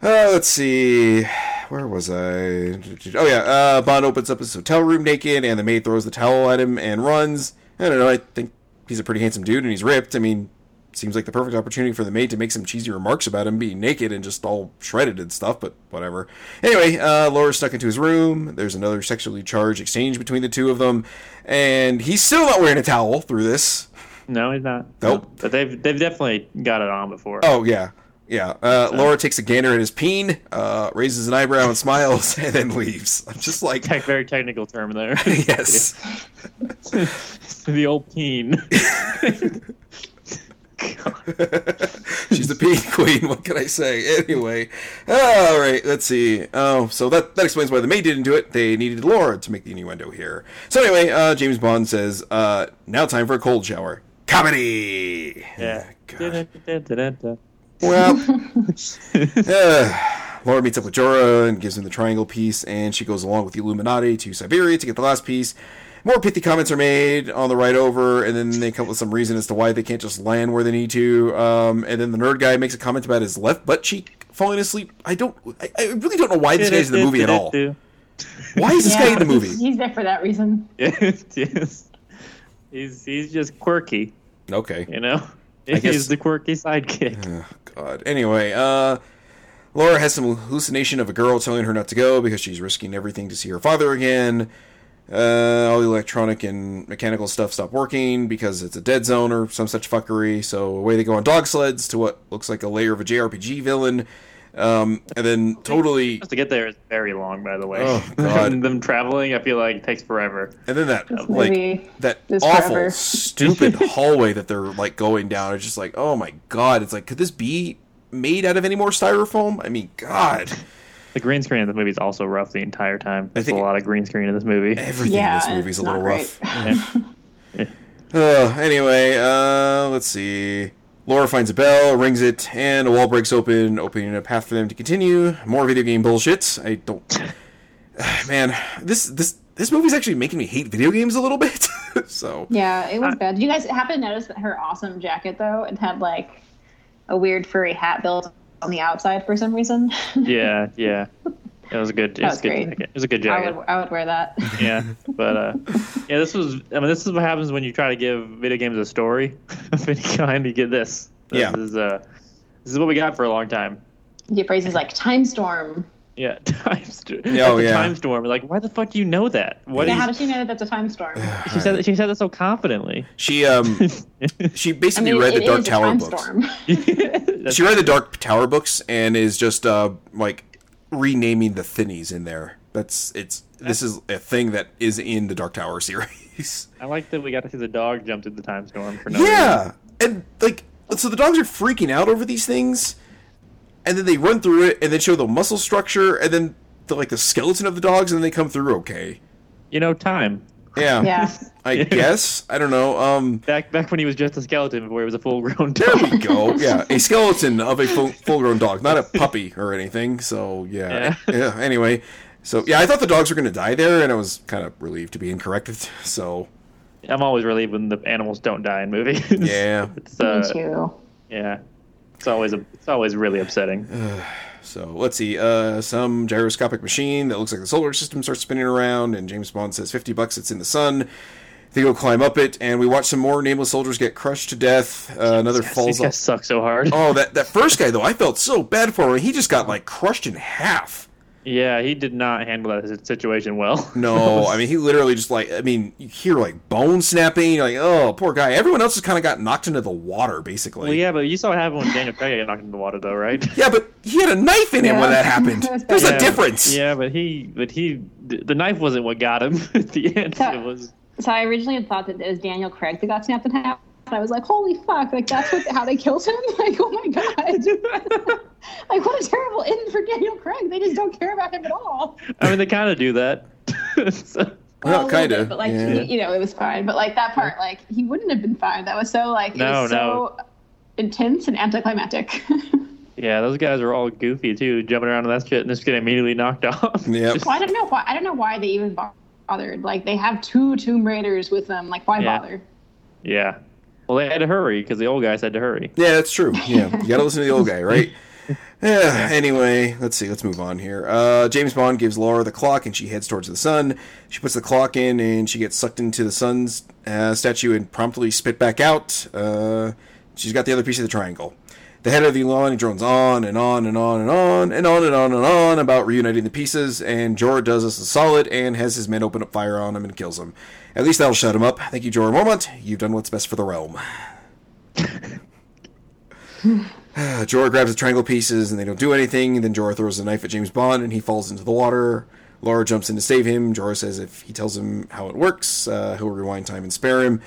Speaker 1: Uh, let's see. Where was I? Oh, yeah. Uh, Bond opens up his hotel room naked, and the maid throws the towel at him and runs. I don't know. I think he's a pretty handsome dude, and he's ripped. I mean, Seems like the perfect opportunity for the maid to make some cheesy remarks about him being naked and just all shredded and stuff, but whatever. Anyway, uh, Laura's stuck into his room. There's another sexually charged exchange between the two of them, and he's still not wearing a towel through this.
Speaker 2: No, he's not.
Speaker 1: Nope.
Speaker 2: But they've they've definitely got it on before.
Speaker 1: Oh yeah, yeah. Uh, Laura takes a gander at his peen, uh, raises an eyebrow and smiles, and then leaves. I'm just like,
Speaker 2: Tech, very technical term there.
Speaker 1: yes.
Speaker 2: the old peen.
Speaker 1: She's the peen queen. What can I say? Anyway, all right. Let's see. Oh, so that that explains why the maid didn't do it. They needed Laura to make the innuendo here. So anyway, uh, James Bond says, uh, "Now time for a cold shower." Comedy. Oh,
Speaker 2: Yeah.
Speaker 1: God.
Speaker 2: Da-da-da-da-da-da.
Speaker 1: Well, uh, Laura meets up with Jorah and gives him the triangle piece, and she goes along with the Illuminati to Siberia to get the last piece. More pithy comments are made on the ride over, and then they come up with some reason as to why they can't just land where they need to. Um, and then the nerd guy makes a comment about his left butt cheek falling asleep. I don't, I, I really don't know why this guy's in the movie at all. Why is this guy in the
Speaker 3: He's,
Speaker 1: movie?
Speaker 3: he's there for that reason.
Speaker 2: Yes, yes. He's he's just quirky,
Speaker 1: Okay.
Speaker 2: you know.
Speaker 1: I guess-
Speaker 2: He's the quirky sidekick.
Speaker 1: Oh, God. Anyway, uh, Laura has some hallucination of a girl telling her not to go because she's risking everything to see her father again. Uh, all the electronic and mechanical stuff stop working because it's a dead zone or some such fuckery. So away they go on dog sleds to what looks like a layer of a JRPG villain. Um, and then totally,
Speaker 2: Just to get there is very long, by the way.
Speaker 1: Oh, God.
Speaker 2: And them traveling, I feel like takes forever.
Speaker 1: and then that
Speaker 3: This
Speaker 1: like
Speaker 3: movie.
Speaker 1: that
Speaker 3: is
Speaker 1: awful
Speaker 3: forever.
Speaker 1: stupid hallway that they're like going down. It's just like, oh my god! It's like, could this be made out of any more styrofoam? I mean, God.
Speaker 2: The green screen in the movie is also rough the entire time. There's
Speaker 1: think-
Speaker 2: a lot of green screen in this movie.
Speaker 1: Everything
Speaker 3: Yeah,
Speaker 1: in this
Speaker 3: and
Speaker 1: movie's a
Speaker 3: it's
Speaker 1: little
Speaker 3: not
Speaker 1: rough.
Speaker 2: Yeah.
Speaker 1: Uh, anyway, uh, let's see. Laura finds a bell, rings it, and a wall breaks open, opening a path for them to continue. More video game bullshit. I don't. Man, this this this movie's actually making me hate video games a little bit. so
Speaker 3: Yeah, it was
Speaker 1: Uh,
Speaker 3: bad. Did you guys happen to notice that her awesome jacket though? It had like a weird furry hat built on the outside for some reason.
Speaker 2: yeah, yeah. It was a good. It
Speaker 3: That was
Speaker 2: was, a good
Speaker 3: great.
Speaker 2: jacket. It was a good
Speaker 3: I
Speaker 2: jacket.
Speaker 3: would I would wear that.
Speaker 2: yeah, but uh, yeah, this was. I mean, this is what happens when you try to give video games a story of any kind. You get this. this
Speaker 1: Yeah.
Speaker 2: Is, uh, this is what we got for a long time.
Speaker 3: the phrases like time storm.
Speaker 2: Yeah, time storm.
Speaker 1: Oh, yeah.
Speaker 2: Time storm. Like, why the fuck do you know that? What?
Speaker 3: Yeah, how
Speaker 2: Yeah,
Speaker 3: does she know that that's a time storm? I
Speaker 2: she said. She said that so confidently.
Speaker 1: she um she basically read the
Speaker 3: it
Speaker 1: Dark
Speaker 3: is a
Speaker 1: Tower
Speaker 3: time
Speaker 1: books.
Speaker 3: storm.
Speaker 2: That's-
Speaker 1: She read the Dark Tower books and is just uh like renaming the thinnies in there. That's it's this is a thing that is in the Dark Tower series.
Speaker 2: I like that we got to see the dog jump through the time storm for no reason.
Speaker 1: Yeah, and like so the dogs are freaking out over these things, and then they run through it, and then show the muscle structure, and then the, like the skeleton of the dogs, and then they come through okay.
Speaker 2: You know, time.
Speaker 1: Yeah,
Speaker 3: yeah.
Speaker 1: I guess I don't know. Um,
Speaker 2: Back back when he was just a skeleton before he was a full grown
Speaker 1: there
Speaker 2: dog.
Speaker 1: we go. Yeah, a skeleton of a full, full-grown dog, not a puppy or anything. So yeah, yeah. Anyway, so yeah, I thought the dogs were gonna die there, and I was kind of relieved to be incorrect. So
Speaker 2: I'm always relieved when the animals don't die in movies.
Speaker 1: yeah,
Speaker 2: It's, uh,
Speaker 3: Me too.
Speaker 2: Yeah. It's always a, it's always really upsetting.
Speaker 1: So let's see. Uh, some gyroscopic machine that looks like the solar system starts spinning around, and James Bond says 50 bucks, it's in the sun. They go climb up it, and we watch some more nameless soldiers get crushed to death. Uh, another
Speaker 2: These
Speaker 1: falls
Speaker 2: guys
Speaker 1: off.
Speaker 2: suck so hard.
Speaker 1: Oh, that, that first guy, though, I felt so bad for him. He just got, like, crushed in half.
Speaker 2: Yeah, he did not handle that situation well.
Speaker 1: No, I mean, he literally just, like, I mean, you hear, like, bone snapping. You're like, oh, poor guy. Everyone else has kind of got knocked into the water, basically.
Speaker 2: Well, yeah, but you saw what happened when Daniel Craig got knocked into the water, though, right?
Speaker 1: Yeah, but he had a knife in him when
Speaker 3: Yeah.
Speaker 1: that happened. There's
Speaker 2: yeah,
Speaker 1: a difference.
Speaker 2: Yeah, but he, but he, the knife wasn't what got him at the end. It was.
Speaker 3: So I originally had thought that it was Daniel Craig that got snapped in half. And I was like, holy fuck, like that's what, how they killed him? Like, oh my god. like, what a terrible end for Daniel Craig. They just don't care about him at all.
Speaker 2: I mean, they kind of do that. So-
Speaker 1: Well,
Speaker 3: a little
Speaker 1: kinda,
Speaker 3: bit, But like,
Speaker 1: yeah.
Speaker 3: he, you know, it was fine. But like that part, like, he wouldn't have been fine. That was so, like, it
Speaker 2: No,
Speaker 3: was
Speaker 2: no.
Speaker 3: so intense and anticlimactic.
Speaker 2: yeah, those guys were all goofy too, jumping around on that shit and just getting immediately knocked off.
Speaker 1: Yep.
Speaker 2: Just-
Speaker 3: well, I don't know why. I don't know why they even bothered. Like, they have two Tomb Raiders with them. Like, why
Speaker 2: Yeah.
Speaker 3: bother?
Speaker 2: yeah. Well, they had to hurry because the old guys had to hurry.
Speaker 1: Yeah, that's true. Yeah, you gotta listen to the old guy, right? Yeah. Anyway, let's see. Let's move on here. Uh, James Bond gives Laura the clock, and she heads towards the sun. She puts the clock in, and she gets sucked into the sun's uh, statue and promptly spit back out. Uh, She's got the other piece of the triangle. The head of the Ilani drones on and on and on and on and on and on and on about reuniting the pieces, and Jorah does us a solid and has his men open up fire on him and kills him. At least that'll shut him up. Thank you, Jorah Mormont. You've done what's best for the realm. Jorah grabs the triangle pieces and they don't do anything. Then Jorah throws a knife at James Bond and he falls into the water. Laura jumps in to save him. Jorah says if he tells him how it works, uh, he'll rewind time and spare him.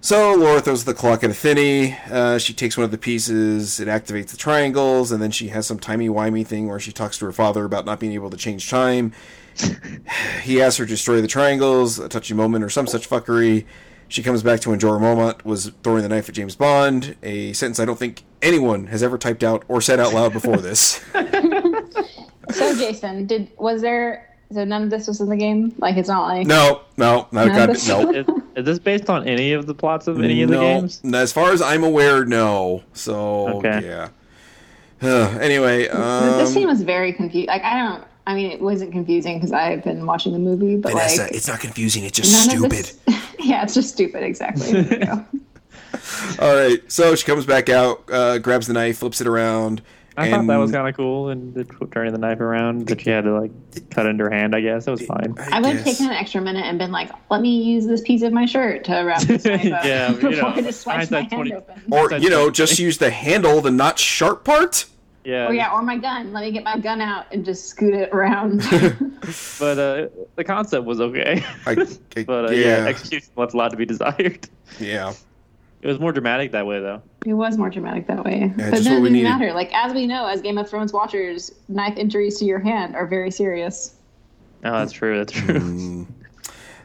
Speaker 1: So Laura throws the clock at Athene. Uh, she takes one of the pieces, it activates the triangles, and then she has some timey-wimey thing where she talks to her father about not being able to change time. he asks her to destroy the triangles, a touchy moment, or some such fuckery. She comes back to when Jorah Mormont was throwing the knife at James Bond, a sentence I don't think anyone has ever typed out or said out loud before this.
Speaker 3: So Jason, did was there so none of this was in the game? Like it's not like
Speaker 1: No, no, no,
Speaker 3: None
Speaker 1: God,
Speaker 3: of
Speaker 1: no.
Speaker 2: Is, is this based on any of the plots of any of the
Speaker 1: No.
Speaker 2: games?
Speaker 1: As far as I'm aware, no. So
Speaker 2: Okay.
Speaker 1: yeah. Huh, anyway, um,
Speaker 3: this scene was very confusing. Like I don't. I mean, it wasn't confusing because I've been watching the movie, but
Speaker 1: Vanessa,
Speaker 3: like
Speaker 1: it's not confusing. It's
Speaker 3: none
Speaker 1: just
Speaker 3: of
Speaker 1: stupid.
Speaker 3: this- yeah, it's just stupid. Exactly. There you go.
Speaker 1: All right. So she comes back out, uh, grabs the knife, flips it around.
Speaker 2: I
Speaker 1: and
Speaker 2: thought that was kind of cool, and the, turning the knife around that she had to like cut into her hand. I guess that was fine.
Speaker 3: I would
Speaker 1: guess.
Speaker 3: have taken an extra minute and been like, "Let me use this piece of my shirt to wrap this knife up
Speaker 2: Yeah, you
Speaker 3: before
Speaker 2: know,
Speaker 3: I just swipe my
Speaker 2: hindsight
Speaker 3: hand
Speaker 2: 20
Speaker 3: open." Or,
Speaker 1: Or you know, just use the handle, the not sharp part.
Speaker 2: Yeah,
Speaker 3: Oh, yeah, or my gun. Let me get my gun out and just scoot it around.
Speaker 2: but uh, the concept was okay.
Speaker 1: I, I-
Speaker 2: but uh, yeah.
Speaker 1: yeah,
Speaker 2: execution left a lot to be desired.
Speaker 1: yeah. it
Speaker 2: It was more dramatic that way, though.
Speaker 3: it was more dramatic that way, but
Speaker 1: just
Speaker 3: then
Speaker 1: what
Speaker 3: it
Speaker 1: we
Speaker 3: didn't
Speaker 1: needed.
Speaker 3: matter. Like as we know, as Game of Thrones watchers, knife injuries to your hand are very serious.
Speaker 2: Oh, that's true. That's true.
Speaker 1: Mm,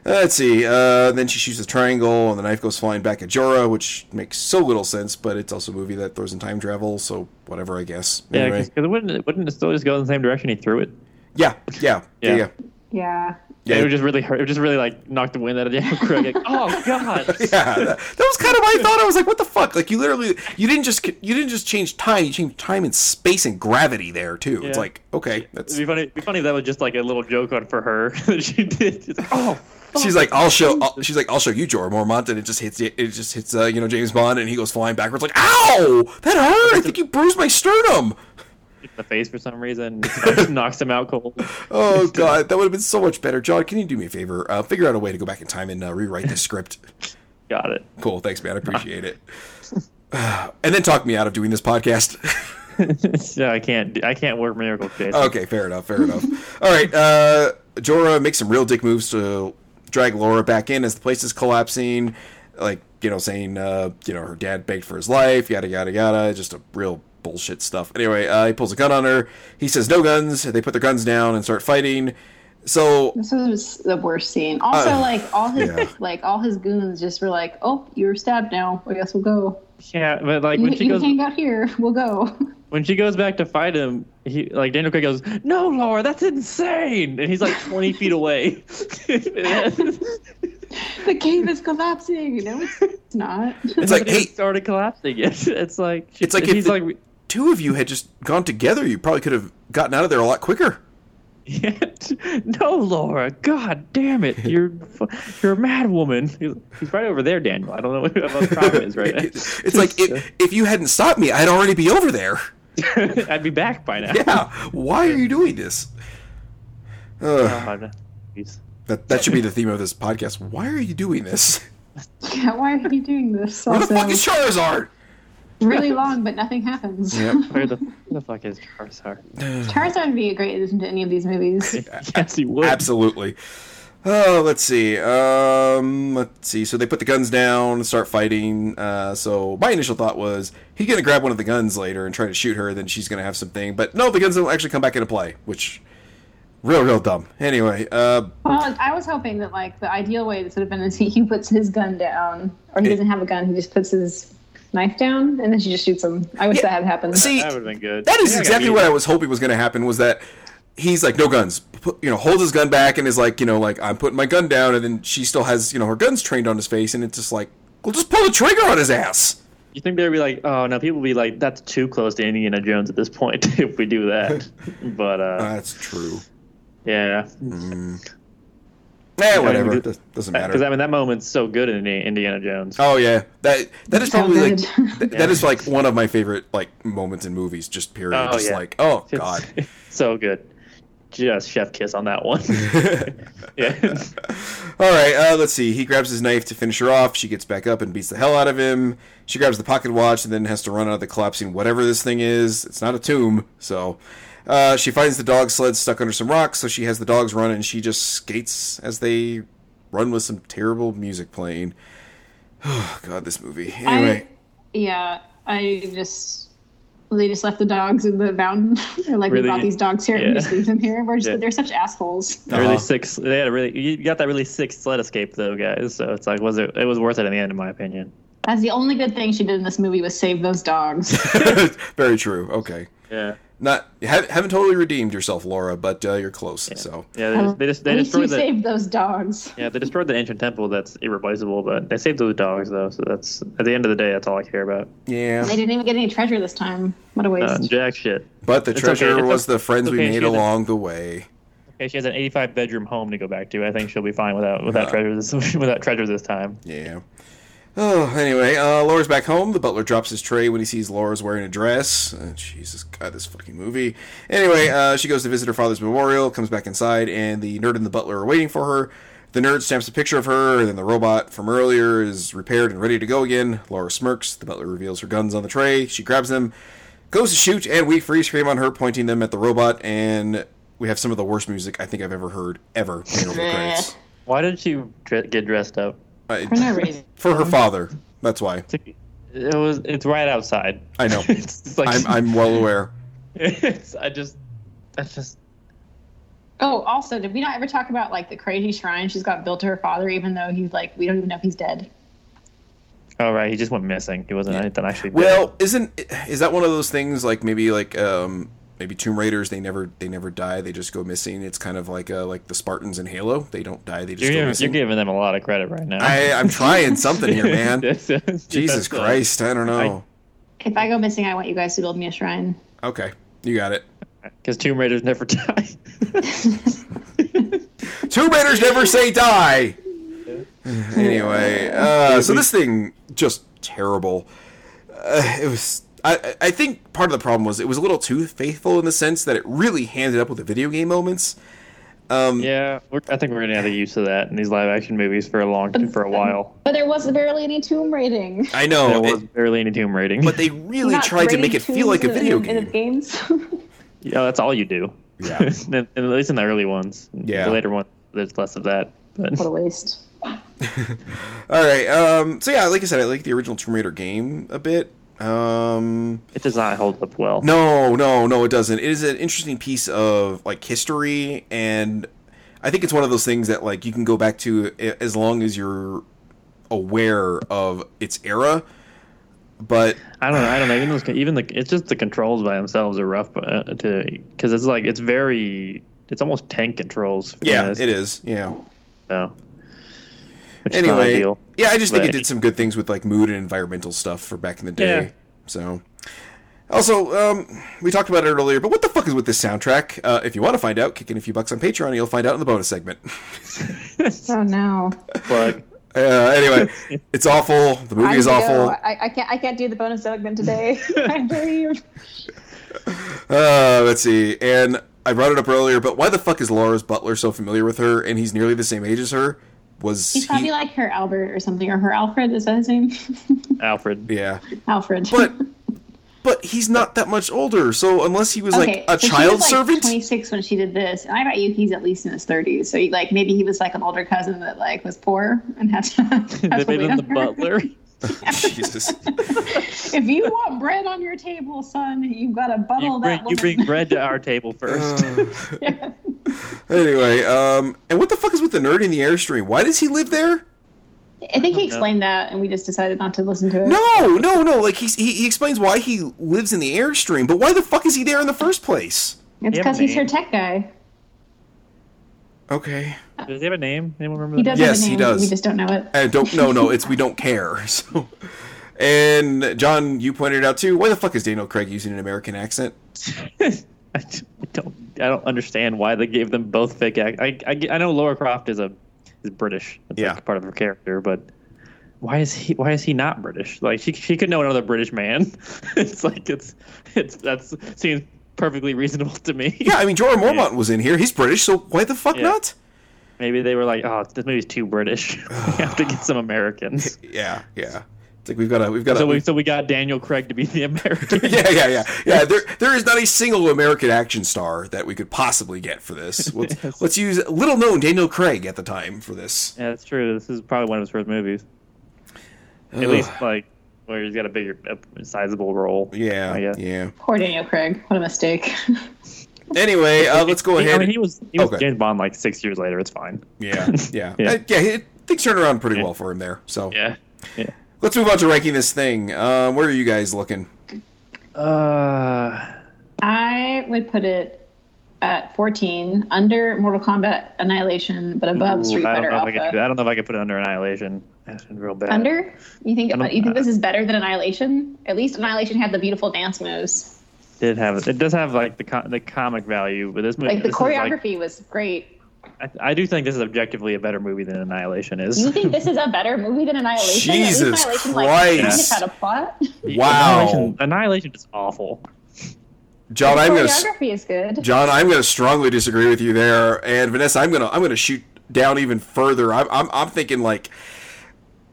Speaker 1: Uh, Let's see. Uh, then she shoots a triangle, and the knife goes flying back at Jorah, which makes so little sense. But it's also a movie that throws in time travel, so whatever, I guess.
Speaker 2: Yeah,
Speaker 1: Anyway.
Speaker 2: because wouldn't it, wouldn't it still just go in the same direction he threw it?
Speaker 1: Yeah, yeah, yeah,
Speaker 2: Yeah.
Speaker 1: yeah.
Speaker 3: Yeah.
Speaker 1: Yeah.
Speaker 2: it would just really hurt. It would just really like knocked the wind out of Daniel Craig. Like, oh God!
Speaker 1: Yeah, that, that was kind of my thought. I was like, "What the fuck?" Like, you literally, you didn't just, you didn't just change time. You changed time and space and gravity there too. It's
Speaker 2: Yeah.
Speaker 1: like, okay, that's.
Speaker 2: It'd be funny. It'd be funny if that was just like a little joke on for her that she did. She's like, oh,
Speaker 1: She's like, "I'll show." I'll, she's like, "I'll show you, Jorah Mormont," and it just hits, it just hits, uh, you know, James Bond, and he goes flying backwards. Like, "Ow, that hurt! I think you bruised my sternum."
Speaker 2: in the face for some reason, knocks- knocks him out cold.
Speaker 1: Oh god, that would have been so much better. John, can you do me a favor? Uh, figure out a way to go back in time and uh, rewrite this script.
Speaker 2: Got it.
Speaker 1: Cool, thanks, man. I appreciate it. and then talk me out of doing this podcast.
Speaker 2: so I can't. I can't work miracles, Jason.
Speaker 1: Okay, fair enough, fair enough. All right, uh, Jorah makes some real dick moves to drag Laura back in as the place is collapsing. Like, you know, saying, uh, you know, her dad begged for his life, yada, yada, yada. Just a real bullshit stuff. Anyway, uh, he pulls a gun on her. He says, no guns. They put their guns down and start fighting. So,
Speaker 3: This was the worst scene. Also,
Speaker 1: Uh,
Speaker 3: like all his
Speaker 1: yeah.
Speaker 3: like all his goons just were like, "Oh, you're stabbed now. I guess we'll go.
Speaker 2: Yeah, but like
Speaker 3: You,
Speaker 2: when she
Speaker 3: you
Speaker 2: goes
Speaker 3: hang out here. We'll go."
Speaker 2: when she goes back to fight him, he like Daniel Craig goes, "No, Laura, that's insane," and he's like twenty feet away.
Speaker 3: the cave is collapsing. No, it's, it's not.
Speaker 1: It's like, hey-
Speaker 2: it started collapsing. Yes, it's like
Speaker 1: It's like if
Speaker 2: he's
Speaker 1: the-
Speaker 2: like
Speaker 1: two of you had just gone together. You probably could have gotten out of there a lot quicker.
Speaker 2: no, Laura. God damn it! You're you're a mad woman. He's he's right over there, Daniel. I don't know what the problem is right
Speaker 1: It-
Speaker 2: now.
Speaker 1: it's like, if, if you hadn't stopped me, I'd already be over there.
Speaker 2: I'd be back by now.
Speaker 1: Yeah, why are you doing this? Ugh.
Speaker 2: God. Jeez.
Speaker 1: That that should be the theme of this podcast. Why are you doing this?
Speaker 3: Yeah, why are you doing this?
Speaker 1: Where the
Speaker 3: Also,
Speaker 1: fuck is Charizard?
Speaker 3: really long, but nothing happens.
Speaker 1: Yep.
Speaker 2: Where the, where the fuck is Charizard?
Speaker 3: Charizard would be a great addition to any of these movies.
Speaker 2: yes, he would.
Speaker 1: Absolutely. Oh, let's see. Um, let's see. So they put the guns down and start fighting. Uh, so my initial thought was he's gonna grab one of the guns later and try to shoot her. Then she's gonna have something. But no, the guns don't actually come back into play, which real real dumb. Anyway, uh,
Speaker 3: Well, I was hoping that like the ideal way this would have been is he, he puts his gun down, or he doesn't have a gun. He just puts his knife down, and then she just shoots him. I wish
Speaker 1: Yeah.
Speaker 3: that had happened.
Speaker 1: see,
Speaker 2: That would have been good.
Speaker 1: That is
Speaker 2: Yeah, I
Speaker 1: exactly
Speaker 2: mean,
Speaker 1: what I was hoping was going to happen. Was that he's like no guns, P- you know, holds his gun back and is like, you know, like I'm putting my gun down, and then she still has, you know, her guns trained on his face, and it's just like, well, just pull the trigger on his ass.
Speaker 2: You think they'd be like, oh no, people would be like, that's too close to Indiana Jones at this point if we do that. but uh,
Speaker 1: That's true.
Speaker 2: yeah,
Speaker 1: Eh,
Speaker 2: mean,
Speaker 1: whatever.
Speaker 2: we-
Speaker 1: Does- Doesn't matter.
Speaker 2: Because I mean Uh, that moment's so good in Indi- Indiana Jones.
Speaker 1: Oh yeah, that that is
Speaker 3: So
Speaker 1: probably like
Speaker 3: good.
Speaker 1: th- that is like one of my favorite like moments in movies. Just period.
Speaker 2: Oh,
Speaker 1: just
Speaker 2: yeah.
Speaker 1: like oh
Speaker 2: It's
Speaker 1: god,
Speaker 2: so good. Just chef kiss on that one. yeah.
Speaker 1: All right, uh, let's see. He grabs his knife to finish her off. She gets back up and beats the hell out of him. She grabs the pocket watch and then has to run out of the collapsing whatever this thing is. It's not a tomb, so. Uh, she finds the dog sled stuck under some rocks, so she has the dogs run and she just skates as they run with some terrible music playing. Oh, God, this movie. Anyway.
Speaker 3: I, yeah, I just they just left the dogs in the mountain. They're like,
Speaker 2: Really-
Speaker 3: we brought these dogs here
Speaker 2: yeah.
Speaker 3: and just leave them here. We're just
Speaker 2: Yeah.
Speaker 3: they're such assholes.
Speaker 2: A Really
Speaker 1: Uh-huh.
Speaker 2: sick. They had a really. You got that really sick sled escape though, guys. So it's like was it? It was worth it in the end, in my opinion.
Speaker 3: That's the only good thing she did in this movie was save those dogs.
Speaker 1: Very true. Okay.
Speaker 2: Yeah.
Speaker 1: Not ha- haven't totally redeemed yourself, Laura, but uh, you're close. So
Speaker 2: Yeah. They just they, just, they
Speaker 3: At least you
Speaker 2: destroyed the.
Speaker 3: saved those dogs.
Speaker 2: Yeah, they destroyed the ancient temple that's irreplaceable, but they saved those dogs though. So that's at the end of the day, that's all I care about.
Speaker 1: yeah,
Speaker 3: They didn't even get any treasure this time. What a
Speaker 2: Uh,
Speaker 3: waste.
Speaker 2: jack shit.
Speaker 1: but the
Speaker 2: It's
Speaker 1: treasure
Speaker 2: okay, it's
Speaker 1: was
Speaker 2: okay,
Speaker 1: the friends
Speaker 2: it's
Speaker 1: we
Speaker 2: okay,
Speaker 1: made
Speaker 2: she doesn't-
Speaker 1: along the way.
Speaker 2: Okay, she has an 85 bedroom home to go back to. I think she'll be fine without without
Speaker 1: Uh-huh.
Speaker 2: treasure this without treasure this time.
Speaker 1: Yeah. Oh, anyway, uh, Laura's back home. The butler drops his tray when he sees Laura's wearing a dress. Uh, Jesus God, this fucking movie. Anyway, uh, she goes to visit her father's memorial, comes back inside, and the nerd and the butler are waiting for her. The nerd stamps a picture of her, and then the robot from earlier is repaired and ready to go again. Laura smirks. The butler reveals her guns on the tray. She grabs them, goes to shoot, and we freeze frame on her, pointing them at the robot. And we have some of the worst music I think I've ever heard ever. playing over the credits.
Speaker 2: Why did she dre- get dressed up?
Speaker 3: For
Speaker 1: I-
Speaker 3: no reason.
Speaker 1: for her father. That's why.
Speaker 2: It was. It's right outside.
Speaker 1: I know.
Speaker 2: it's, it's like
Speaker 1: I'm, I'm well aware.
Speaker 2: it's, I just. That's just.
Speaker 3: Oh, also, did we not ever talk about like the crazy shrine she's got built to her father, even though he's like, we don't even know if he's dead.
Speaker 2: All Oh, right, he just went missing. He wasn't anything actually.
Speaker 1: Well, isn't is that one of those things like maybe like um maybe Tomb Raiders they never they never die they just go missing. It's kind of like uh like the Spartans in Halo they don't die they just
Speaker 2: you're,
Speaker 1: go
Speaker 2: giving,
Speaker 1: missing.
Speaker 2: you're giving them a lot of credit right now.
Speaker 1: I I'm trying something here, man.
Speaker 2: Yes, yes,
Speaker 1: Jesus
Speaker 2: yes, uh,
Speaker 1: Christ, I don't know.
Speaker 3: If I go missing, I want you guys to build me a shrine.
Speaker 1: Okay, you got it.
Speaker 2: Because Tomb Raiders never die.
Speaker 1: Tomb Raiders never say die. anyway, uh, so this thing just terrible. Uh, it was. I, I- I think part of the problem was it was a little too faithful in the sense that it really handed up with the video game moments. Um,
Speaker 2: yeah, we're, I think we're gonna have the use of that in these live action movies for a long for a while.
Speaker 3: But there was barely any tomb raiding.
Speaker 1: I know,
Speaker 2: There
Speaker 1: Oh, it-
Speaker 2: was barely any Tomb Raiding.
Speaker 1: but they really
Speaker 3: Not
Speaker 1: tried to make it
Speaker 3: raiding
Speaker 1: feel like a
Speaker 3: tombs
Speaker 1: video
Speaker 3: in- in
Speaker 1: game.
Speaker 3: the games.
Speaker 2: yeah, that's all you do.
Speaker 1: Yeah.
Speaker 2: And- and at least in the early ones.
Speaker 1: Yeah.
Speaker 2: The later ones, there's less of that. But
Speaker 3: what a waste.
Speaker 1: All right, um, so yeah, like I said, I like the original Tomb Raider game a bit. Um,
Speaker 2: it does not hold up well.
Speaker 1: No, no, no, it doesn't. It is an interesting piece of like history, and I think it's one of those things that like you can go back to a- as long as you're aware of its era. But
Speaker 2: I don't know. I don't know. Even those, even the it's just the controls by themselves are rough uh, to because it's like it's very it's almost tank controls. for
Speaker 1: yeah,
Speaker 2: this,
Speaker 1: it is. Yeah.
Speaker 2: So. Which is not
Speaker 1: Anyway,
Speaker 2: ideal.
Speaker 1: yeah, I just think it
Speaker 2: But-
Speaker 1: did some good things with like mood and environmental stuff for back in the day.
Speaker 2: Yeah.
Speaker 1: So. Also, um, we talked about it earlier, but what the fuck is with this soundtrack? Uh, if you want to find out, kick in a few bucks on Patreon, and you'll find out in the bonus segment.
Speaker 3: Oh no.
Speaker 2: But
Speaker 1: Uh, anyway, it's awful. The movie is
Speaker 3: I have to
Speaker 1: awful.
Speaker 3: go. I, I can't. I can't do the bonus segment today. I believe.
Speaker 1: Uh, let's see. And I brought it up earlier, but why the fuck is Laura's butler so familiar with her and he's nearly the same age as her? Was
Speaker 3: He's probably
Speaker 1: he?
Speaker 3: like her Albert or something, or her Alfred. Is that his name?
Speaker 2: Alfred,
Speaker 1: yeah.
Speaker 3: Alfred.
Speaker 1: But but he's not that much older. So unless he was like a
Speaker 3: so she
Speaker 1: child
Speaker 3: was, like,
Speaker 1: servant,
Speaker 3: 26 when she did this, and I bet you he's at least in his 30s. So he, like maybe he was like an older cousin that like was poor and had to. had to
Speaker 2: they made
Speaker 3: wait
Speaker 2: him
Speaker 3: on
Speaker 2: the
Speaker 3: her.
Speaker 2: butler.
Speaker 1: Jesus.
Speaker 3: If you want bread on your table, son, you've got to bundle
Speaker 2: You bring,
Speaker 3: that.
Speaker 2: you
Speaker 3: woman.
Speaker 2: bring bread to our table first.
Speaker 1: Um, anyway, um, and what the fuck is with the nerd in the airstream? Why does he live there?
Speaker 3: I think he
Speaker 2: know.
Speaker 3: explained that, and we just decided not to listen to it.
Speaker 1: No, no, no. Like he's, he he explains why he lives in the airstream, but why the fuck is he there in the first place?
Speaker 3: it's
Speaker 2: Yeah,
Speaker 3: because he's her
Speaker 2: man.
Speaker 3: tech guy.
Speaker 1: Okay.
Speaker 2: Does he have a name? Anyone remember?
Speaker 3: He
Speaker 2: the
Speaker 3: does.
Speaker 2: name?
Speaker 1: Yes,
Speaker 3: have a
Speaker 1: he
Speaker 3: name,
Speaker 1: does.
Speaker 3: We just don't know it.
Speaker 1: I don't. No, no. It's we don't care. So, and John, you pointed it out too. Why the fuck is Daniel Craig using an American accent?
Speaker 2: I don't. I don't understand why they gave them both fake. Act. I, I, I know Laura Croft is a is British. That's
Speaker 1: Yeah.
Speaker 2: like part of her character, but why is he why is he not British? Like she she could know another British man. it's like it's it's that's seems perfectly reasonable to me.
Speaker 1: Yeah, I mean, Jorah Mormont was in here. He's British, so why the fuck
Speaker 2: Yeah.
Speaker 1: not?
Speaker 2: Maybe they were like, oh, this movie's too British. we have to get some Americans.
Speaker 1: Yeah, yeah. It's like we've got to, we've got to.
Speaker 2: So we so we got Daniel Craig to be the American.
Speaker 1: yeah, yeah, yeah, yeah. There, there is not a single American action star that we could possibly get for this. Let's, let's use little known Daniel Craig at the time for this.
Speaker 2: Yeah, that's true. This is probably one of his first movies. At
Speaker 1: Ugh.
Speaker 2: least like where he's got a bigger, a sizable role.
Speaker 1: Yeah,
Speaker 2: I guess.
Speaker 1: yeah.
Speaker 3: Poor Daniel Craig. What a mistake.
Speaker 1: Anyway, uh, let's go
Speaker 2: He-
Speaker 1: ahead.
Speaker 2: I mean, he was he was
Speaker 1: Okay.
Speaker 2: James Bond like six years later. It's fine.
Speaker 1: yeah, yeah,
Speaker 2: Yeah.
Speaker 1: Uh, yeah. he- Things turned around pretty well for him there. So
Speaker 2: Yeah. Yeah.
Speaker 1: let's move on to ranking this thing. Um, where are you guys looking?
Speaker 2: Uh,
Speaker 3: I would put it at 14, under Mortal Kombat Annihilation, but above
Speaker 2: ooh,
Speaker 3: Street
Speaker 2: I
Speaker 3: Fighter
Speaker 2: don't know if I could do
Speaker 3: Alpha.
Speaker 2: that. I don't know if I could put it under Annihilation. That's been real bad.
Speaker 3: Under? You think
Speaker 2: I don't-
Speaker 3: you think this is better than Annihilation? At least Annihilation had the beautiful dance moves.
Speaker 2: did have it does have like the co- the comic value, but this movie
Speaker 3: Like the
Speaker 2: this is, like-
Speaker 3: choreography was great.
Speaker 2: I, I do think this is objectively a better movie than Annihilation is.
Speaker 3: You think this is a better movie than Annihilation? At least
Speaker 1: Jesus
Speaker 3: Annihilation,
Speaker 1: Christ.
Speaker 3: Like, kind of had a plot.
Speaker 1: Wow,
Speaker 2: Annihilation, Annihilation is awful.
Speaker 1: John, I'm gonna. s-
Speaker 3: choreography is good.
Speaker 1: John, I'm going to strongly disagree with you there, and Vanessa, I'm going to I'm going to shoot down even further. I'm I'm, I'm thinking like,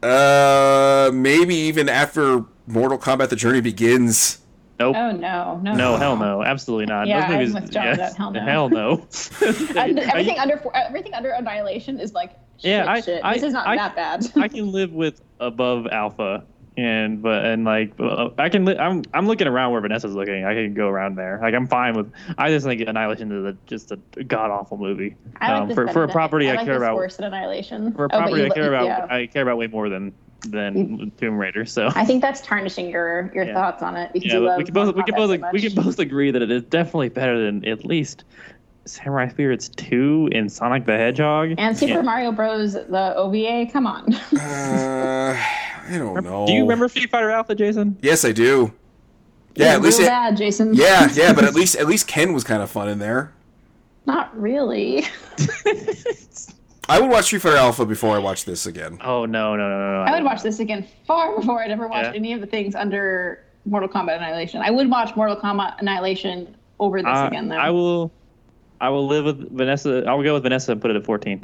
Speaker 1: uh, maybe even after Mortal Kombat: The Journey Begins.
Speaker 2: Nope.
Speaker 3: Oh no, no,
Speaker 2: No, hell no, absolutely not.
Speaker 3: Yeah,
Speaker 2: Those
Speaker 3: I'm
Speaker 2: movies-
Speaker 3: with John on that, hell no.
Speaker 2: Hell no.
Speaker 3: Under-
Speaker 2: Are you-
Speaker 3: everything under four- everything under Annihilation is like shit.
Speaker 2: Yeah, I-
Speaker 3: shit.
Speaker 2: I-
Speaker 3: this is not
Speaker 2: I-
Speaker 3: that bad.
Speaker 2: I can live with above alpha and but and like uh, I can li- I'm I'm looking around where Vanessa's looking. I can go around there. Like I'm fine with I just think Annihilation is a, just a god awful movie.
Speaker 3: I like
Speaker 2: um,
Speaker 3: this
Speaker 2: for
Speaker 3: better
Speaker 2: for a
Speaker 3: than-
Speaker 2: property I,
Speaker 3: like
Speaker 2: care
Speaker 3: this
Speaker 2: about
Speaker 3: worse than Annihilation.
Speaker 2: for
Speaker 3: Oh,
Speaker 2: a
Speaker 3: but
Speaker 2: property
Speaker 3: you
Speaker 2: I
Speaker 3: li-
Speaker 2: care about
Speaker 3: yeah. Mm.
Speaker 2: I care about way more than than Tomb Raider. So
Speaker 3: I think that's tarnishing your your
Speaker 2: Yeah.
Speaker 3: thoughts on it because
Speaker 2: yeah,
Speaker 3: you
Speaker 2: but
Speaker 3: love
Speaker 2: we can both we can
Speaker 3: Mortal
Speaker 2: both
Speaker 3: Kombat so
Speaker 2: we can
Speaker 3: much.
Speaker 2: both agree that it is definitely better than at least Samurai Spirits 2 and Sonic the Hedgehog.
Speaker 1: Oh,
Speaker 3: and Super
Speaker 2: Yeah.
Speaker 3: Mario Bros. The OVA. Come on.
Speaker 1: Uh, I don't know.
Speaker 2: Do you remember Street Fighter Alpha, Jason?
Speaker 1: Yes, I do. Yeah, at
Speaker 3: Real
Speaker 1: least. It,
Speaker 3: bad, Jason.
Speaker 1: yeah, yeah, but at least at least Ken was kind of fun in there.
Speaker 3: Not really.
Speaker 1: I would watch Street Fighter Alpha before I watch this again.
Speaker 2: Oh no, no, no, no, no!
Speaker 3: I would watch this again far before I'd ever watch
Speaker 2: Yeah.
Speaker 3: any of the things under Mortal Kombat Annihilation. I would watch Mortal Kombat Annihilation over this
Speaker 2: I,
Speaker 3: again though.
Speaker 2: Uh, I will. I will live with Vanessa. I will go with Vanessa and put it at fourteen.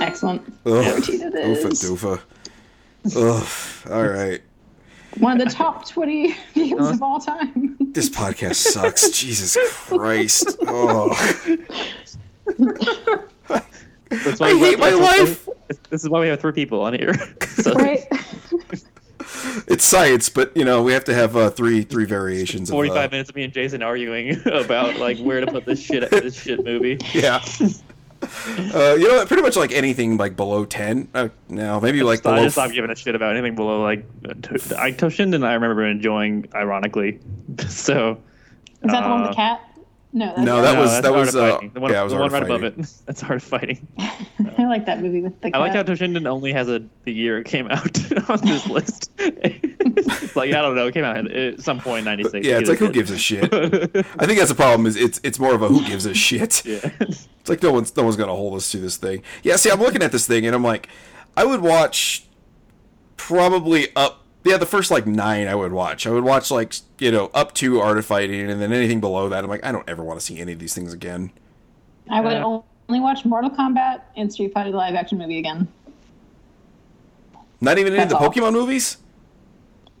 Speaker 3: Excellent.
Speaker 1: Ugh,
Speaker 3: Cheetah is
Speaker 1: oofa doofa. Ugh. All right.
Speaker 3: One of the top twenty games of all time.
Speaker 1: This podcast sucks. Jesus Christ. Oh.
Speaker 2: That's why
Speaker 1: I hate my life.
Speaker 2: This is why we have three people on here. So,
Speaker 3: right?
Speaker 1: It's science, but you know we have to have uh, three three variations.
Speaker 2: Forty-five
Speaker 1: Of, uh,
Speaker 2: minutes of me and Jason arguing about like where to put this shit this shit movie.
Speaker 1: yeah. Uh, you know, what, pretty much like anything like below ten. Uh, no, maybe like
Speaker 2: So I
Speaker 1: below.
Speaker 2: just stopped
Speaker 1: f-
Speaker 2: giving a shit about anything below like. T- I Toshinden I remember enjoying ironically. So
Speaker 3: Is that the one with
Speaker 2: Uh,
Speaker 3: the cat? No, that's
Speaker 1: No, that was-
Speaker 2: that's
Speaker 1: that
Speaker 2: Art
Speaker 1: was,
Speaker 2: of
Speaker 1: uh,
Speaker 2: Fighting. the one,
Speaker 1: yeah, it was
Speaker 2: the
Speaker 1: Art
Speaker 2: one
Speaker 1: of
Speaker 2: right above it. That's hard fighting.
Speaker 3: I like that movie with the cat.
Speaker 2: I like how Toshinden only has a the year it came out on this list. It's like I don't know, it came out at- at some point in '96.
Speaker 1: yeah, it's like who gives a shit. I think that's the problem. Is it's it's more of a who gives a shit.
Speaker 2: yeah.
Speaker 1: It's like no one's no one's gonna hold us to this thing. Yeah, see, I'm looking at this thing and I'm like, I would watch probably up. Yeah, the first like nine I would watch. I would watch like you know up to Art of Fighting and then anything below that. I'm like, I don't ever want to see any of these things again.
Speaker 3: I would
Speaker 2: uh,
Speaker 3: only watch Mortal Kombat and Street Fighter the live action movie again.
Speaker 1: Not even any of the
Speaker 3: That's all.
Speaker 1: Pokemon movies.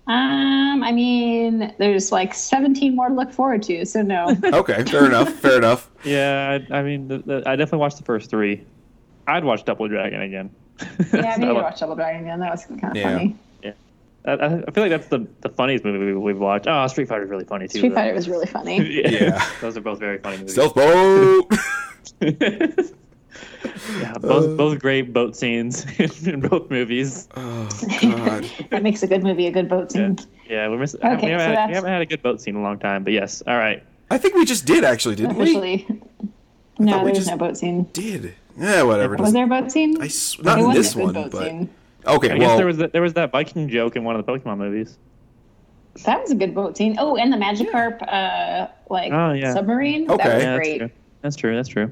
Speaker 3: Um, I mean, there's like 17 more to look forward to, so no.
Speaker 1: Okay, fair enough. Fair enough.
Speaker 2: Yeah, I, I mean, the, the, I definitely watched the first three. I'd watch Double Dragon again.
Speaker 3: yeah, maybe
Speaker 2: So,
Speaker 3: watch Double Dragon again. That was kind of
Speaker 1: Yeah.
Speaker 3: funny.
Speaker 2: I, I I feel like that's the, the funniest movie we- we've watched. Oh, Street Fighter's really funny too.
Speaker 3: Street
Speaker 2: though.
Speaker 3: Fighter was really funny.
Speaker 2: yeah.
Speaker 1: Yeah.
Speaker 2: those are both very funny movies.
Speaker 1: Stealth boat.
Speaker 2: yeah, both
Speaker 1: Uh,
Speaker 2: both great boat scenes in both movies.
Speaker 1: oh God.
Speaker 3: that makes a good movie, a good boat scene.
Speaker 2: Yeah, we miss.
Speaker 3: Okay,
Speaker 2: we, haven't
Speaker 3: so
Speaker 2: had, we
Speaker 3: that's-
Speaker 2: haven't had a good boat scene in a long time, but yes. All right.
Speaker 1: I think we just did actually, didn't we?
Speaker 3: Officially. No,
Speaker 1: thought we
Speaker 3: there was
Speaker 1: just-
Speaker 3: no boat scene.
Speaker 1: Did. Yeah, whatever.
Speaker 3: Was
Speaker 1: doesn't-
Speaker 3: there a boat scene?
Speaker 1: I s- not
Speaker 3: It
Speaker 1: in
Speaker 3: wasn't
Speaker 1: this
Speaker 3: a good
Speaker 1: one,
Speaker 3: boat
Speaker 1: but
Speaker 3: scene.
Speaker 1: okay.
Speaker 2: I guess there
Speaker 1: Well,
Speaker 2: was that, there was that Viking joke in one of the Pokemon movies.
Speaker 3: That was a good boat scene. Oh, and the Magikarp, uh, like
Speaker 2: Oh, yeah.
Speaker 3: submarine.
Speaker 1: Okay.
Speaker 3: That was
Speaker 2: Yeah, that's
Speaker 3: great.
Speaker 2: true. That's true.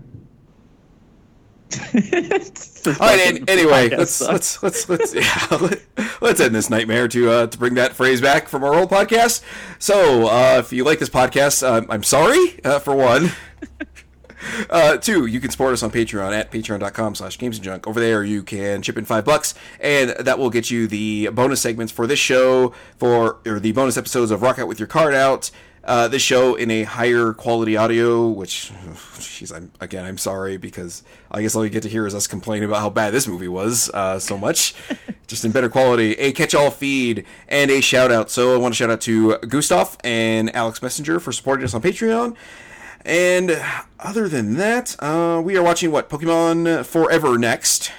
Speaker 2: That's true.
Speaker 1: All right. an- anyway, let's, let's let's let's yeah, let, let's end this nightmare to uh, to bring that phrase back from our old podcast. So, uh, if you like this podcast, um, I'm sorry uh, for one. Uh, two, you can support us on Patreon at patreon.com slash games and junk. Over there, you can chip in five bucks, and that will get you the bonus segments for this show, for or the bonus episodes of Rock Out With Your Card Out, uh, this show in a higher quality audio, which, jeez, I'm, again, I'm sorry because I guess all you get to hear is us complain about how bad this movie was uh, so much, just in better quality. A catch all feed and a shout out. So I want to shout out to Gustav and Alex Messenger for supporting us on Patreon. And other than that, uh, we are watching what Pokemon Forever next.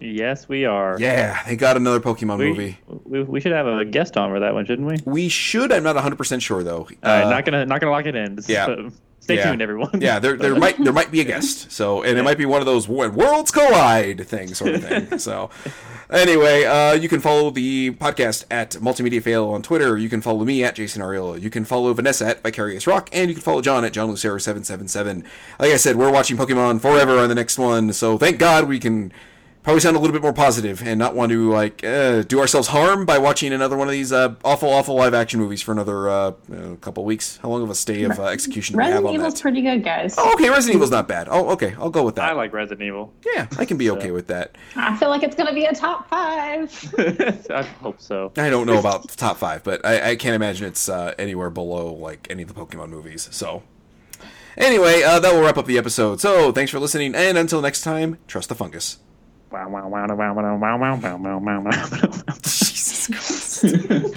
Speaker 2: yes, we are.
Speaker 1: Yeah, they got another Pokemon
Speaker 2: we,
Speaker 1: movie.
Speaker 2: We, we should have a guest on for that one, shouldn't we?
Speaker 1: We should. I'm not 100 percent sure though.
Speaker 2: All right,
Speaker 1: Uh,
Speaker 2: not gonna not gonna lock it in. This is-
Speaker 1: yeah.
Speaker 2: uh, stay
Speaker 1: Yeah.
Speaker 2: tuned, everyone.
Speaker 1: yeah, there there might there might be a guest. So and it might be one of those when worlds collide thing sort of thing. so anyway, uh, you can follow the podcast at Multimedia Fail on Twitter. You can follow me at Jason Ariola. You can follow Vanessa at Vicarious Rock, and you can follow John at John Lucero seven seven seven. Like I said, we're watching Pokemon Forever on the next one. So thank God we can. Probably sound a little bit more positive and not want to like uh, do ourselves harm by watching another one of these uh, awful, awful live action movies for another uh, uh, couple weeks. How long of a stay of uh, execution do we have
Speaker 3: Resident
Speaker 1: on that?
Speaker 3: Evil's pretty good, guys.
Speaker 1: Oh, okay, Resident Evil's not bad. Oh, okay, I'll go with that.
Speaker 2: I like Resident Evil.
Speaker 1: yeah, I can be okay with that.
Speaker 3: I feel like it's gonna be a top five.
Speaker 2: I hope so.
Speaker 1: I don't know about the top five, but I, I can't imagine it's uh, anywhere below like any of the Pokemon movies. So, anyway, uh, that will wrap up the episode. So, thanks for listening, and until next time, trust the fungus.
Speaker 2: Wow, wow, wow, wow, wow, wow, wow, wow, wow, wow, wow.
Speaker 1: Jesus Christ.